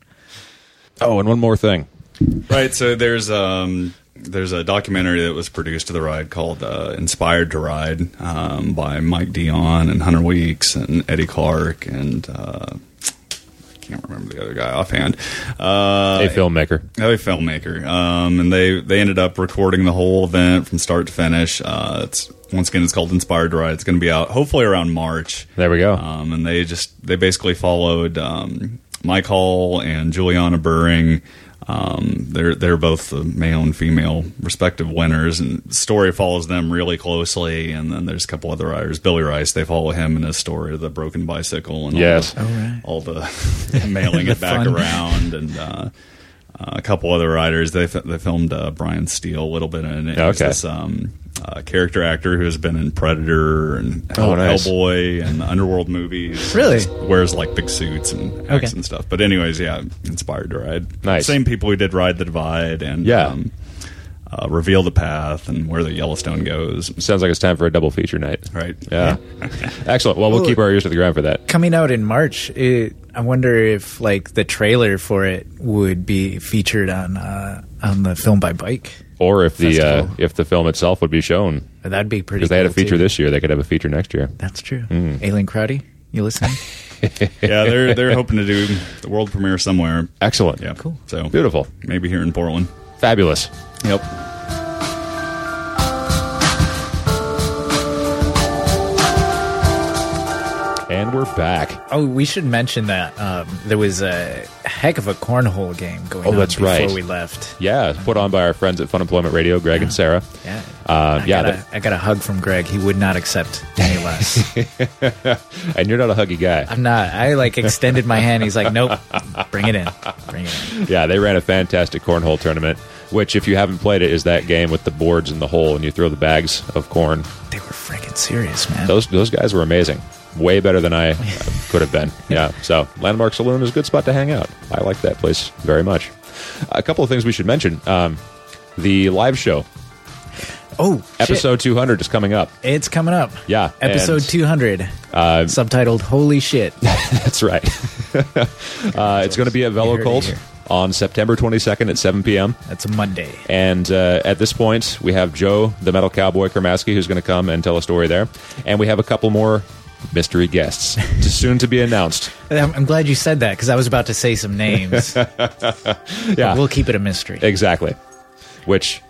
[SPEAKER 2] oh, and one more thing.
[SPEAKER 4] [LAUGHS] right. So there's um there's a documentary that was produced to the ride called uh, Inspired to Ride um, by Mike Dion and Hunter Weeks and Eddie Clark and uh, I can't remember the other guy offhand.
[SPEAKER 3] Oh,
[SPEAKER 4] Uh,
[SPEAKER 2] a filmmaker.
[SPEAKER 4] Another filmmaker, um, and they they ended up recording the whole event from start to finish. Uh, it's once again it's called Inspired to Ride. It's going to be out hopefully around March.
[SPEAKER 2] There we go.
[SPEAKER 3] Oh.
[SPEAKER 4] Um, and they just they basically followed um, Mike Hall and Juliana Buring. Um, they're they're both the male and female respective winners, and the story follows them really closely. And then there's a couple other riders, Billy Rice. They follow him and his story of the broken bicycle and all
[SPEAKER 2] Yes.
[SPEAKER 4] the-
[SPEAKER 2] Oh,
[SPEAKER 3] right.
[SPEAKER 4] all the [LAUGHS] mailing it back
[SPEAKER 3] fun.
[SPEAKER 4] around and. Uh, uh, a couple other writers. They fi- they filmed uh, Brian Steele a little bit in it. He's
[SPEAKER 2] Okay.
[SPEAKER 4] this um, uh, character actor who has been in Predator and
[SPEAKER 2] Oh,
[SPEAKER 4] Hell-
[SPEAKER 2] nice.
[SPEAKER 4] Hellboy and the Underworld movies.
[SPEAKER 3] Really?
[SPEAKER 4] Just wears like big suits and acts
[SPEAKER 3] Okay.
[SPEAKER 4] and stuff. But anyways, yeah, inspired to ride.
[SPEAKER 2] Nice.
[SPEAKER 4] Same people who did Ride the Divide and
[SPEAKER 2] Yeah.
[SPEAKER 4] um, uh, Reveal the Path and Where the Yellowstone Goes.
[SPEAKER 2] Sounds like it's time for a double feature night.
[SPEAKER 4] Right.
[SPEAKER 3] [LAUGHS]
[SPEAKER 2] Yeah. Excellent. Well, we'll
[SPEAKER 3] Cool.
[SPEAKER 2] keep our ears to the ground for that.
[SPEAKER 3] Coming out in March, it, I wonder if like the trailer for it would be featured on uh, on the film by bike.
[SPEAKER 2] Or if the uh,
[SPEAKER 3] Festival.
[SPEAKER 2] if the film itself would be shown.
[SPEAKER 3] That'd be pretty.
[SPEAKER 2] Because they had a
[SPEAKER 3] cool, too.
[SPEAKER 2] feature Hmm. this year, they could have a feature next year.
[SPEAKER 3] That's true. Aileen Crowdy, you
[SPEAKER 2] [LAUGHS]
[SPEAKER 3] listening?
[SPEAKER 4] yeah, they're they're hoping to do the world premiere somewhere.
[SPEAKER 2] Excellent.
[SPEAKER 4] Yeah.
[SPEAKER 3] Cool.
[SPEAKER 4] So
[SPEAKER 2] Beautiful.
[SPEAKER 4] Maybe here in Portland.
[SPEAKER 2] Fabulous.
[SPEAKER 4] Yep.
[SPEAKER 2] And we're back.
[SPEAKER 3] Oh, we should mention that um, there was a heck of a cornhole game going
[SPEAKER 2] Oh,
[SPEAKER 3] on
[SPEAKER 2] that's
[SPEAKER 3] before
[SPEAKER 2] right.
[SPEAKER 3] we left.
[SPEAKER 2] Yeah, put on by our friends at Fun Employment Radio, Greg and Sarah.
[SPEAKER 3] Yeah.
[SPEAKER 2] Uh,
[SPEAKER 3] I
[SPEAKER 2] yeah,
[SPEAKER 3] got,
[SPEAKER 2] that-
[SPEAKER 3] a, I got a hug from Greg. He would not accept any
[SPEAKER 2] [LAUGHS]
[SPEAKER 3] less.
[SPEAKER 2] And you're not a huggy guy.
[SPEAKER 3] I'm not. I like extended my hand. He's like, nope, bring it in. Bring it
[SPEAKER 2] [LAUGHS]
[SPEAKER 3] in.
[SPEAKER 2] Yeah, they ran a fantastic cornhole tournament, which, if you haven't played it, is that game with the boards and the hole, and you throw the bags of corn.
[SPEAKER 3] They were freaking serious, man.
[SPEAKER 2] Those those guys were amazing. Way better than I could
[SPEAKER 3] [LAUGHS]
[SPEAKER 2] have been. Yeah. So Landmark Saloon is a good spot to hang out. I like that place very much. A couple of things we should mention. Um, the live show,
[SPEAKER 3] oh, shit.
[SPEAKER 2] episode 200, is coming up. [LAUGHS]
[SPEAKER 3] It's coming up.
[SPEAKER 2] Yeah,
[SPEAKER 3] Episode
[SPEAKER 2] and-
[SPEAKER 3] 200,
[SPEAKER 2] uh,
[SPEAKER 3] subtitled Holy Shit. [LAUGHS]
[SPEAKER 2] That's right. uh, it's going to be at
[SPEAKER 3] heard it
[SPEAKER 2] Velocolt
[SPEAKER 3] here.
[SPEAKER 2] on September 22nd at 7 p.m.
[SPEAKER 3] That's a Monday.
[SPEAKER 2] And uh, at this point, we have Joe, the metal cowboy Kermaski, who's going to come and tell a story there. And we have a couple more
[SPEAKER 3] [LAUGHS]
[SPEAKER 2] mystery guests soon to be announced.
[SPEAKER 3] I'm, I'm glad you said that because I was about to say some names.
[SPEAKER 2] Yeah.
[SPEAKER 3] We'll keep it a mystery.
[SPEAKER 2] Exactly. Which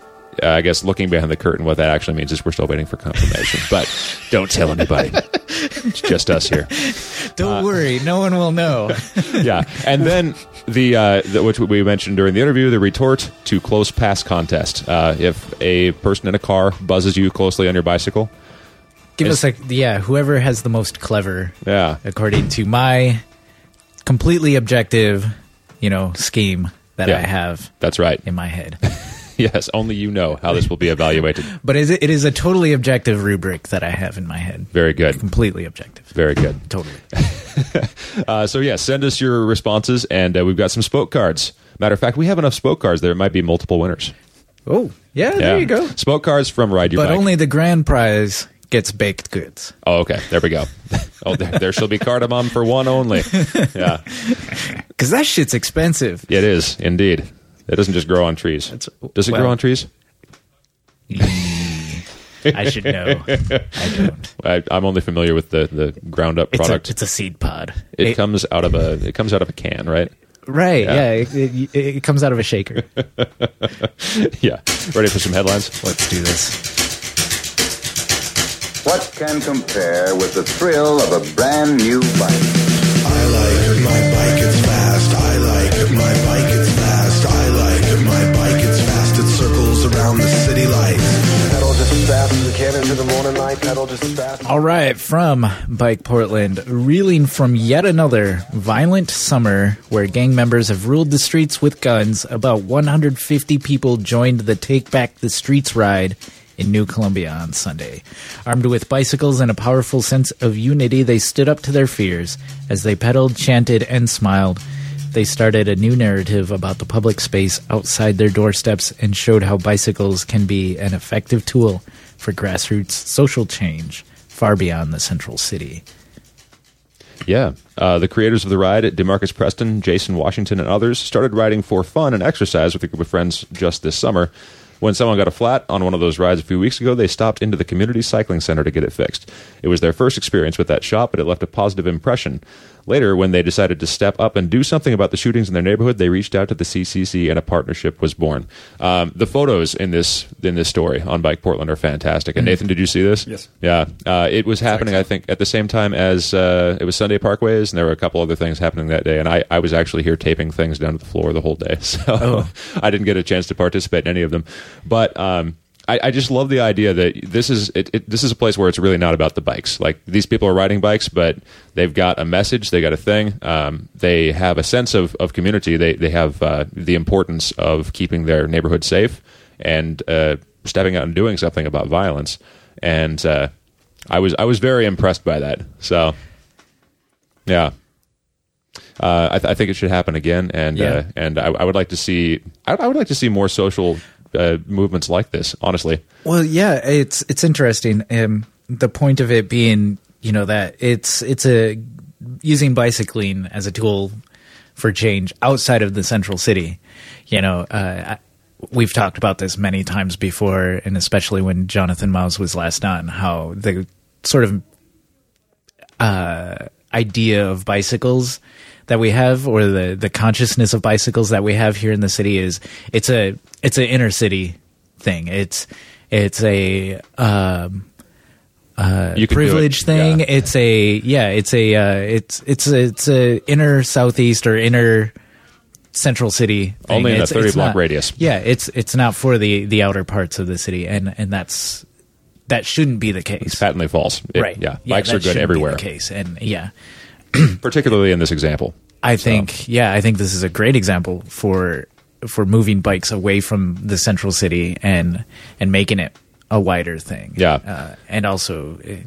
[SPEAKER 2] uh, I guess looking behind the curtain, what that actually means is we're still waiting for confirmation. [LAUGHS] but don't tell anybody. it's just us here. uh,
[SPEAKER 3] Don't worry, no one will know.
[SPEAKER 2] Yeah. And then the, uh, the which we mentioned during the interview, the retort to close pass contest. Uh, if a person in a car buzzes you closely on your bicycle,
[SPEAKER 3] Give
[SPEAKER 2] Is-
[SPEAKER 3] us a yeah. Whoever has the most clever,
[SPEAKER 2] yeah,
[SPEAKER 3] according to my completely objective, you know, scheme that
[SPEAKER 2] Yeah.
[SPEAKER 3] I have
[SPEAKER 2] that's right.
[SPEAKER 3] in my head.
[SPEAKER 2] [LAUGHS] Yes, only you know how this will be evaluated.
[SPEAKER 3] But is it, it is a totally objective rubric that I have in my head.
[SPEAKER 2] Very good.
[SPEAKER 3] Completely objective.
[SPEAKER 2] Very good.
[SPEAKER 3] Totally.
[SPEAKER 2] Uh, so yeah, send us your responses, and uh, we've got some spoke cards. Matter of fact, we have enough spoke cards. There might be multiple winners.
[SPEAKER 3] Oh yeah, there
[SPEAKER 2] Yeah.
[SPEAKER 3] you go.
[SPEAKER 2] Spoke cards from Ride Your
[SPEAKER 3] But
[SPEAKER 2] Bike.
[SPEAKER 3] only the grand prize gets baked goods.
[SPEAKER 2] oh, okay. There we go. oh, there, there shall be cardamom for one only. Yeah,
[SPEAKER 3] Because that shit's expensive.
[SPEAKER 2] it is indeed. It doesn't just grow on trees. Does it
[SPEAKER 3] well-
[SPEAKER 2] grow on trees?
[SPEAKER 3] I should know. I don't.
[SPEAKER 2] I, I'm only familiar with the, the ground up
[SPEAKER 3] It's a,
[SPEAKER 2] product.
[SPEAKER 3] it's a seed pod.
[SPEAKER 2] it, comes out of a it comes out of a can, right? [LAUGHS]
[SPEAKER 3] right.
[SPEAKER 2] Yeah.
[SPEAKER 3] Yeah. it, it, it comes out of a shaker.
[SPEAKER 2] yeah. Ready for some headlines?
[SPEAKER 3] Let's do this.
[SPEAKER 5] What can compare with the thrill of a brand new bike?
[SPEAKER 6] I like my bike, it's fast. I like my bike, it's fast. I like my bike, it's fast. It circles around the city lights.
[SPEAKER 7] Pedal just as fast as I can into the morning light. Pedal just as fast.
[SPEAKER 3] All right. From Bike Portland, reeling from yet another violent summer where gang members have ruled the streets with guns, about 150 people joined the Take Back the Streets ride in New Columbia on Sunday. Armed with bicycles and a powerful sense of unity, they stood up to their fears as they pedaled, chanted, and smiled. They started a new narrative about the public space outside their doorsteps and showed how bicycles can be an effective tool for grassroots social change far beyond the central city.
[SPEAKER 2] Yeah. Uh, the creators of the ride, Demarcus Preston, Jason Washington, and others, started riding for fun and exercise with a group of friends just this summer. When someone got a flat on one of those rides a few weeks ago, they stopped into the community cycling center to get it fixed. It was their first experience with that shop, but it left a positive impression. Later, when they decided to step up and do something about the shootings in their neighborhood, they reached out to the CCC, and a partnership was born. Um, the photos in this in this story on Bike Portland are fantastic. And Nathan, did you see this?
[SPEAKER 4] Yes.
[SPEAKER 2] Yeah, uh, it was happening. I think at the same time as uh, it was Sunday Parkways, and there were a couple other things happening that day. And I, I was actually here taping things down to the floor the whole day, [LAUGHS] so I didn't get a chance to participate in any of them. But um, I, I just love the idea that this is it, it, this is a place where it's really not about the bikes. Like these people are riding bikes, but they've got a message, they got a thing, um, they have a sense of, of community. They they have uh, the importance of keeping their neighborhood safe and uh, stepping out and doing something about violence and uh, I was I was very impressed by that. So, yeah, uh, I, th- I think it should happen again, and uh,
[SPEAKER 3] Yeah.
[SPEAKER 2] and I, I would like to see I, I would like to see more social uh, movements like this. Honestly,
[SPEAKER 3] Well, yeah, it's it's interesting. Um, the point of it being, you know, that it's it's a using bicycling as a tool for change outside of the central city. You know, uh, I, we've talked about this many times before, and especially when Jonathan Miles was last on, how the sort of idea of bicycles that we have or the the consciousness of bicycles that we have here in the city is it's a it's an inner city thing it's it's a um uh,
[SPEAKER 2] You could do it,
[SPEAKER 3] privilege thing.
[SPEAKER 2] yeah.
[SPEAKER 3] It's a yeah. It's a uh, it's it's a, it's a inner southeast or inner central city. Thing.
[SPEAKER 2] Only in a
[SPEAKER 3] It's- it's
[SPEAKER 2] 30 block
[SPEAKER 3] not-
[SPEAKER 2] radius.
[SPEAKER 3] Yeah, it's it's not for the the outer parts of the city, and and that's that shouldn't be the
[SPEAKER 2] It's
[SPEAKER 3] case.
[SPEAKER 2] patently false. It-
[SPEAKER 3] right.
[SPEAKER 2] Yeah. Bikes
[SPEAKER 3] that
[SPEAKER 2] are good
[SPEAKER 3] shouldn't be the
[SPEAKER 2] everywhere,
[SPEAKER 3] case, and yeah.
[SPEAKER 2] particularly in this example.
[SPEAKER 3] I
[SPEAKER 2] So-
[SPEAKER 3] think yeah, I think this is a great example for for moving bikes away from the central city and and making it a wider thing.
[SPEAKER 2] Yeah.
[SPEAKER 3] uh, and also, eh,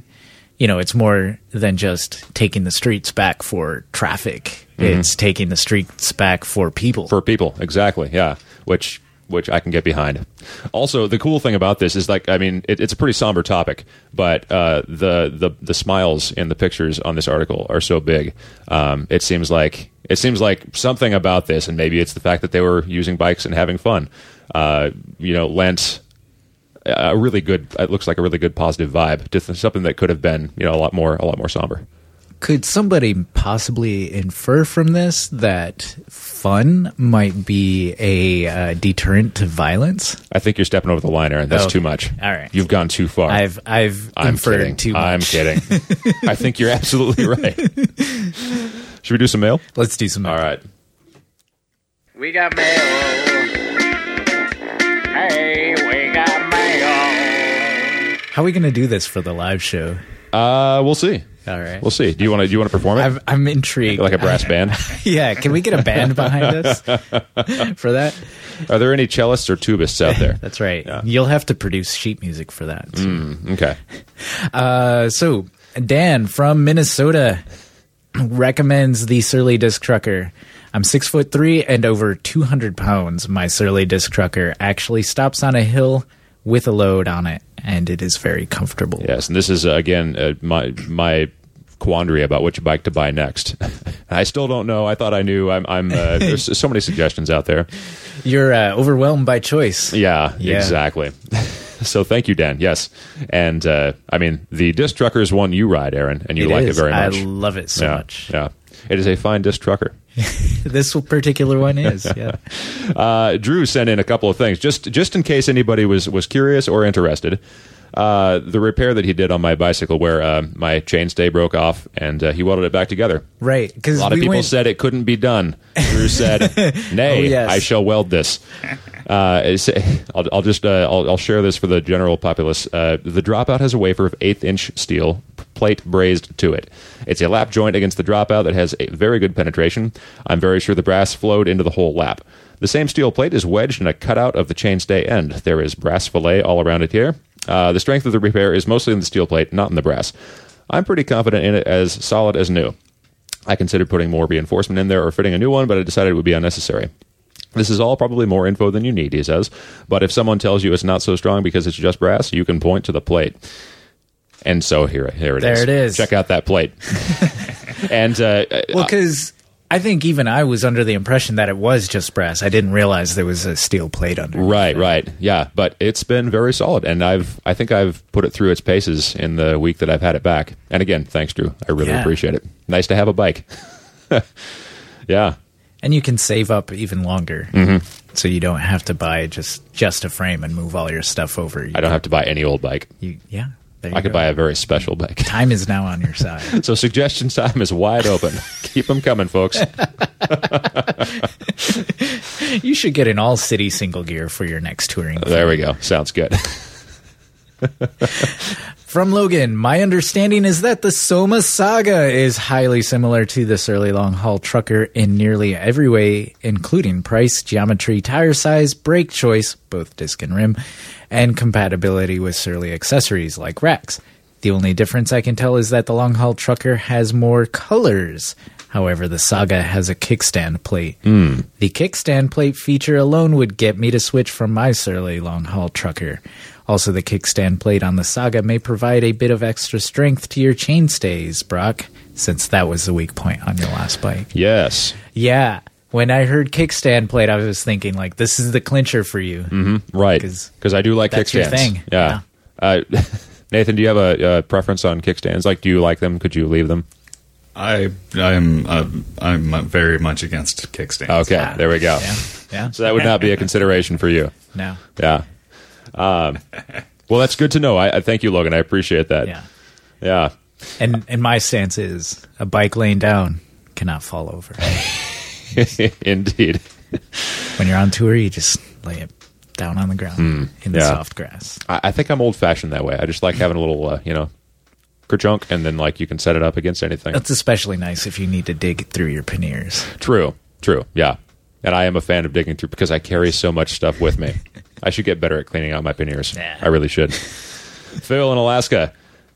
[SPEAKER 3] you know, it's more than just taking the streets back for traffic. It's taking the streets back for people.
[SPEAKER 2] Mm-hmm. for people exactly yeah which which i can get behind also the cool thing about this is like i mean it, it's a pretty somber topic but uh, the, the the smiles in the pictures on this article are so big um, it seems like it seems like something about this and maybe it's the fact that they were using bikes and having fun uh, you know lent a really good it looks like a really good positive vibe to th- something that could have been you know a lot more a lot more somber
[SPEAKER 3] Could somebody possibly infer from this that fun might be a uh, deterrent to violence?
[SPEAKER 2] i think you're stepping over the line aaron that's
[SPEAKER 3] Okay.
[SPEAKER 2] too much
[SPEAKER 3] Oh, All right.
[SPEAKER 2] you've gone too far
[SPEAKER 3] I've I've
[SPEAKER 2] I'm
[SPEAKER 3] inferred
[SPEAKER 2] kidding.
[SPEAKER 3] too much.
[SPEAKER 2] I'm
[SPEAKER 3] [LAUGHS]
[SPEAKER 2] kidding. I think you're absolutely right. Should we do some mail?
[SPEAKER 3] Let's do some.
[SPEAKER 2] All right.
[SPEAKER 8] We got mail. Hey, we got mail.
[SPEAKER 3] How are we going to do this for the live show?
[SPEAKER 2] Uh, we'll see.
[SPEAKER 3] All right.
[SPEAKER 2] We'll see. Do you want to? Do you want to perform it
[SPEAKER 3] I've, I'm intrigued.
[SPEAKER 2] like a brass band?
[SPEAKER 3] [LAUGHS] yeah, can we get a band behind
[SPEAKER 2] [LAUGHS]
[SPEAKER 3] us for that?
[SPEAKER 2] Are there any cellists or tubists out there?
[SPEAKER 3] [LAUGHS] That's right. You'll have to produce sheet music for that.
[SPEAKER 2] Mm. Okay.
[SPEAKER 3] Uh, so, Dan from Minnesota recommends the Surly Disc Trucker. I'm six foot three and over 200 pounds. My Surly Disc Trucker actually stops on a hill with a load on it, and it is very comfortable.
[SPEAKER 2] Yes, and this is uh, again uh, my my quandary about which bike to buy next. [LAUGHS] I still don't know. I thought I knew. I'm. I'm
[SPEAKER 3] [LAUGHS]
[SPEAKER 2] uh, there's so many suggestions out there.
[SPEAKER 3] You're uh, overwhelmed by choice.
[SPEAKER 2] Yeah,
[SPEAKER 3] Yeah.
[SPEAKER 2] exactly. [LAUGHS] so thank you, Dan. Yes, and uh, I mean the disc trucker is one you ride, Aaron, and you
[SPEAKER 3] It
[SPEAKER 2] like
[SPEAKER 3] is.
[SPEAKER 2] it very much.
[SPEAKER 3] I love it so
[SPEAKER 2] yeah,
[SPEAKER 3] much. [LAUGHS]
[SPEAKER 2] Yeah. It is a fine disc trucker.
[SPEAKER 3] This particular one is. Yeah.
[SPEAKER 2] Uh, Drew sent in a couple of things just just in case anybody was was curious or interested. Uh, the repair that he did on my bicycle, where uh, my chainstay broke off, and uh, he welded it back together.
[SPEAKER 3] Right. Because
[SPEAKER 2] A lot of people said it couldn't be done. Drew said,
[SPEAKER 3] [LAUGHS]
[SPEAKER 2] "Nay,
[SPEAKER 3] Oh, yes.
[SPEAKER 2] I shall weld this." Uh, it's- [LAUGHS] I'll, I'll just uh, I'll, I'll share this for the general populace. Uh, the dropout has a wafer of eighth-inch steel plate brazed to it. It's a lap joint against the dropout that has a very good penetration. I'm very sure the brass flowed into the whole lap. The same steel plate is wedged in a cutout of the chainstay end. There is brass fillet all around it here. Uh, the strength of the repair is mostly in the steel plate, not in the brass. I'm pretty confident in it as solid as new. I considered putting more reinforcement in there or fitting a new one, but I decided it would be unnecessary. This is all probably more info than you need, he says. But if someone tells you it's not so strong because it's just brass, you can point to the plate. And so here, here it is.
[SPEAKER 3] There it is.
[SPEAKER 2] Check out
[SPEAKER 3] [LAUGHS]
[SPEAKER 2] that plate. and uh,
[SPEAKER 3] Well, because I think even I was under the impression that it was just brass. I didn't realize there was a steel plate under. it.
[SPEAKER 2] uh, right, right, yeah. But it's been very solid, and I've I think I've put it through its paces in the week that I've had it back. And again, thanks, Drew. I really
[SPEAKER 3] Yeah.
[SPEAKER 2] appreciate it. Nice to have a bike. [LAUGHS] yeah,
[SPEAKER 3] And you can save up even longer,
[SPEAKER 2] Mm-hmm.
[SPEAKER 3] so you don't have to buy just just a frame and move all your stuff over. You,
[SPEAKER 2] I don't have to buy any old bike.
[SPEAKER 3] You, yeah, there you
[SPEAKER 2] I could
[SPEAKER 3] go.
[SPEAKER 2] buy a very special bike.
[SPEAKER 3] Time is now on your
[SPEAKER 2] [LAUGHS]
[SPEAKER 3] side.
[SPEAKER 2] So suggestion time is
[SPEAKER 3] [LAUGHS]
[SPEAKER 2] wide open. Keep them coming, folks.
[SPEAKER 3] you should get an all city single gear for your next touring.
[SPEAKER 2] There we go. Sounds good.
[SPEAKER 3] From Logan, my understanding is that the Soma Saga is highly similar to the Surly Long Haul Trucker in nearly every way, including price, geometry, tire size, brake choice, both disc and rim, and compatibility with Surly accessories like racks. The only difference I can tell is that the Long Haul Trucker has more colors. However, the Saga has a kickstand plate. The kickstand plate feature alone would get me to switch from my surly long haul trucker. Also, the kickstand plate on the Saga may provide a bit of extra strength to your chainstays, Brock, since that was the weak point on your last bike.
[SPEAKER 2] Yes.
[SPEAKER 3] Yeah, when I heard kickstand plate, I was thinking, like, this is the clincher for you.
[SPEAKER 2] Mm-hmm. Right.
[SPEAKER 3] 'Cause
[SPEAKER 2] Because I do like
[SPEAKER 3] that's your
[SPEAKER 2] kickstands.
[SPEAKER 3] thing.
[SPEAKER 2] Yeah. Uh, [LAUGHS] Nathan, do you have a, uh preference on kickstands? Like, do you like them? Could you leave them?
[SPEAKER 4] I I'm uh, I'm very much against kickstands.
[SPEAKER 2] Okay. There we go.
[SPEAKER 3] Yeah, yeah,
[SPEAKER 2] So that would not be a consideration for you.
[SPEAKER 3] no,
[SPEAKER 2] Yeah. Um, well, that's good to know. I, I thank you, Logan. I appreciate that.
[SPEAKER 3] yeah.
[SPEAKER 2] Yeah.
[SPEAKER 3] And and my stance is a bike lane down cannot fall over.
[SPEAKER 2] [LAUGHS] Indeed.
[SPEAKER 3] when you're on tour, you just lay it down on the ground in the
[SPEAKER 2] Hmm. yeah.
[SPEAKER 3] soft grass.
[SPEAKER 2] I, I think I'm old fashioned that way. I just like having a little, uh, you know, kerchunk, and then like you can set it up against anything.
[SPEAKER 3] That's especially nice if you need to dig through your panniers.
[SPEAKER 2] true. True. Yeah. And I am a fan of digging through because I carry so much stuff with me. I should get better at cleaning out my panniers.
[SPEAKER 3] Yeah.
[SPEAKER 2] I really should. Phil in Alaska.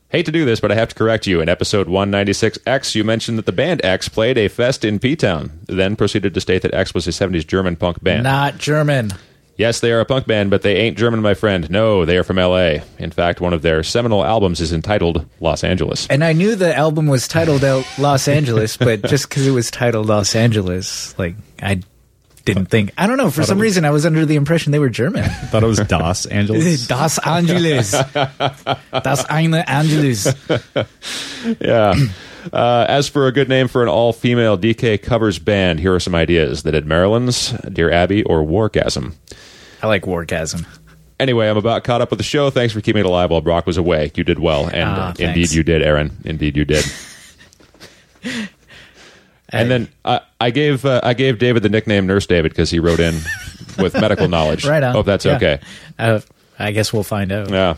[SPEAKER 2] Hate to do this, but I have to correct you. In episode 196X, you mentioned that the band X played a fest in P Town, then proceeded to state that X was a 70s German punk band.
[SPEAKER 3] Not German.
[SPEAKER 2] Yes, they are a punk band, but they ain't German, my friend. No, they are from LA. In fact, one of their seminal albums is entitled Los Angeles.
[SPEAKER 3] And I knew the album was titled El- Los Angeles,
[SPEAKER 2] [LAUGHS]
[SPEAKER 3] but just because it was titled Los Angeles, like I didn't think. I don't know. For some reason, I was under the impression they were
[SPEAKER 2] [LAUGHS]
[SPEAKER 3] German.
[SPEAKER 4] Thought it [LAUGHS] was Das Angeles.
[SPEAKER 3] Das Angeles. das eine Angeles.
[SPEAKER 2] Yeah. [CLEARS THROAT] Uh, as for a good name for an all female DK covers band, here are some ideas the Dead Marylands, Dear Abby, or Wargasm.
[SPEAKER 3] I like wargasm.
[SPEAKER 2] Anyway, I'm about caught up with the show. Thanks for keeping it alive while Brock was away. You did well, and
[SPEAKER 3] Ah,
[SPEAKER 2] uh,
[SPEAKER 3] thanks.
[SPEAKER 2] indeed you did, Aaron. Indeed
[SPEAKER 3] [LAUGHS]
[SPEAKER 2] you did. and then I, I gave uh, I gave David the nickname Nurse David because he
[SPEAKER 3] [LAUGHS]
[SPEAKER 2] wrote in with medical knowledge.
[SPEAKER 3] Right on.
[SPEAKER 2] Hope Oh, that's
[SPEAKER 3] Yeah.
[SPEAKER 2] okay.
[SPEAKER 3] Uh, I guess we'll find out.
[SPEAKER 2] Yeah.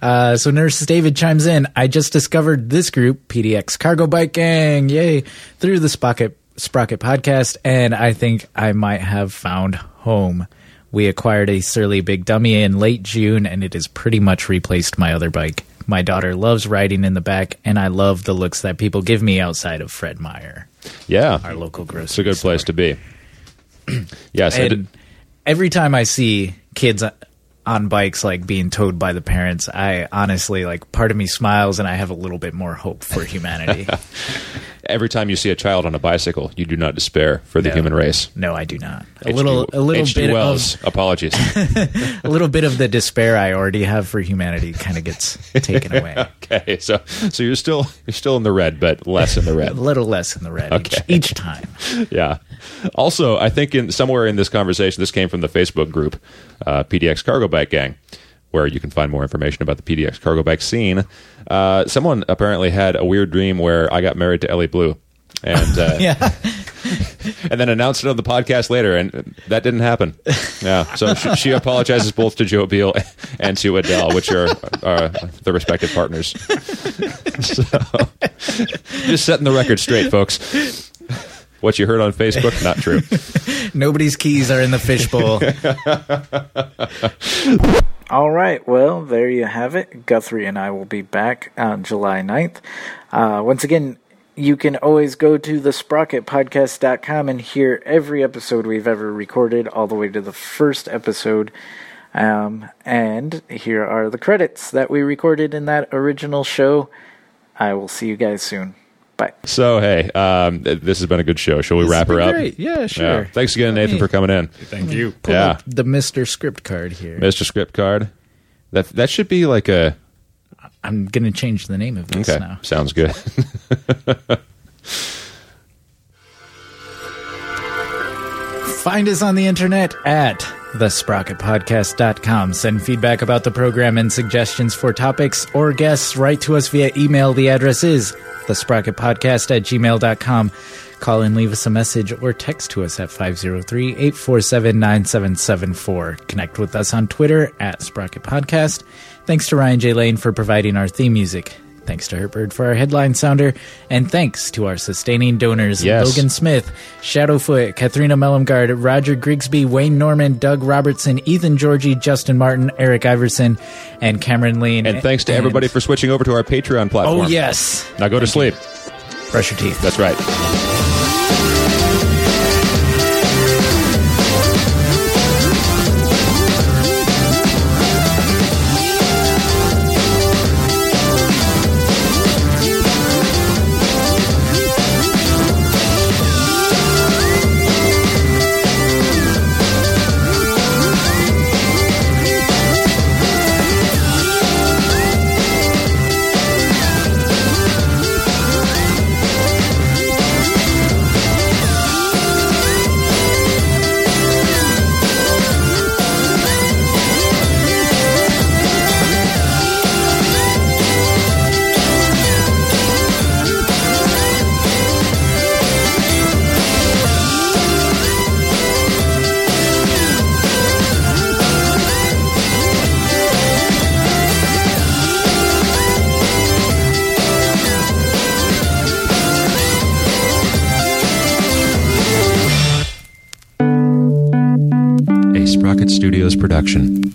[SPEAKER 3] Uh, so Nurse David chimes in. I just discovered this group, PDX Cargo Bike Gang, yay, through the Sprocket Sprocket podcast, and I think I might have found home. We acquired a surly big dummy in late June, and it has pretty much replaced my other bike. My daughter loves riding in the back, and I love the looks that people give me outside of Fred Meyer,
[SPEAKER 2] Yeah.
[SPEAKER 3] our local grocery.
[SPEAKER 2] It's a good place to be. [CLEARS THROAT] yes. I did-
[SPEAKER 3] and every time I see kids on bikes like being towed by the parents, I honestly like part of me smiles and I have a little bit more hope for
[SPEAKER 2] [LAUGHS]
[SPEAKER 3] humanity.
[SPEAKER 2] every time you see a child on a bicycle, you do not despair for the
[SPEAKER 3] No.
[SPEAKER 2] human race.
[SPEAKER 3] no, I do not. A
[SPEAKER 2] H.G.
[SPEAKER 3] little, a little
[SPEAKER 2] H.G.
[SPEAKER 3] bit
[SPEAKER 2] Wells. apologies.
[SPEAKER 3] of [LAUGHS] a little bit of the despair I already have for humanity kind of gets taken
[SPEAKER 2] [LAUGHS]
[SPEAKER 3] away.
[SPEAKER 2] okay, so so you're still you're still in the red, but less in the
[SPEAKER 3] A [LAUGHS]
[SPEAKER 2] red.
[SPEAKER 3] little less in the red
[SPEAKER 2] Okay.
[SPEAKER 3] each, each time. [LAUGHS]
[SPEAKER 2] yeah. Also, I think in somewhere in this conversation, this came from the Facebook group, uh, PDX Cargo Bike Gang, where you can find more information about the PDX cargo bike scene. Uh, someone apparently had a weird dream where I got married to Ellie Blue, and uh,
[SPEAKER 3] [LAUGHS] Yeah,
[SPEAKER 2] and then announced it on the podcast later, and that didn't happen. Yeah, so she, she apologizes both to Joe Beal and to Adele, which are uh, the respective partners. so, just setting the record straight, folks. What you heard on Facebook, not true.
[SPEAKER 3] nobody's keys are in the fishbowl.
[SPEAKER 1] All right, well, there you have it. Guthrie and I will be back on July 9th. Uh, once again, you can always go to thesprocketpodcast.com and hear every episode we've ever recorded, all the way to the first episode. Um, and here are the credits that we recorded [LAUGHS] in that original show. I will see you guys soon. Bye.
[SPEAKER 2] So, hey, um, th- this has been a good show. Shall we wrap her up?
[SPEAKER 3] great. Yeah, sure.
[SPEAKER 2] Thanks again, Nathan, for coming in.
[SPEAKER 4] Thank you.
[SPEAKER 3] Pull
[SPEAKER 2] Yeah.
[SPEAKER 3] up the Mister Script card here.
[SPEAKER 2] Mr. Script Card. That that should be like a
[SPEAKER 3] I'm gonna change the name of this
[SPEAKER 2] okay.
[SPEAKER 3] now.
[SPEAKER 2] Sounds good.
[SPEAKER 3] Find us on the internet at thesprocketpodcast.com. Send feedback about the program and suggestions for topics or guests. Write to us via email. The address is thesprocketpodcast at gmail.com. Call and leave us a message or text to us at 503 847 9774. Connect with us on Twitter at Sprocket Podcast. Thanks to Ryan J. Lane for providing our theme music. Thanks to Hertbird for our headline sounder. And thanks to our sustaining donors,
[SPEAKER 2] Yes.
[SPEAKER 3] Logan Smith, Shadowfoot, Katharina Mellumgard, Roger Grigsby, Wayne Norman, Doug Robertson, Ethan Georgie, Justin Martin, Eric Iverson, and Cameron Lean.
[SPEAKER 2] and thanks to
[SPEAKER 3] And-
[SPEAKER 2] everybody for switching over to our Patreon platform.
[SPEAKER 3] Oh, yes.
[SPEAKER 2] Now go to sleep.
[SPEAKER 3] Brush your teeth.
[SPEAKER 2] That's right. Rocket Studios production.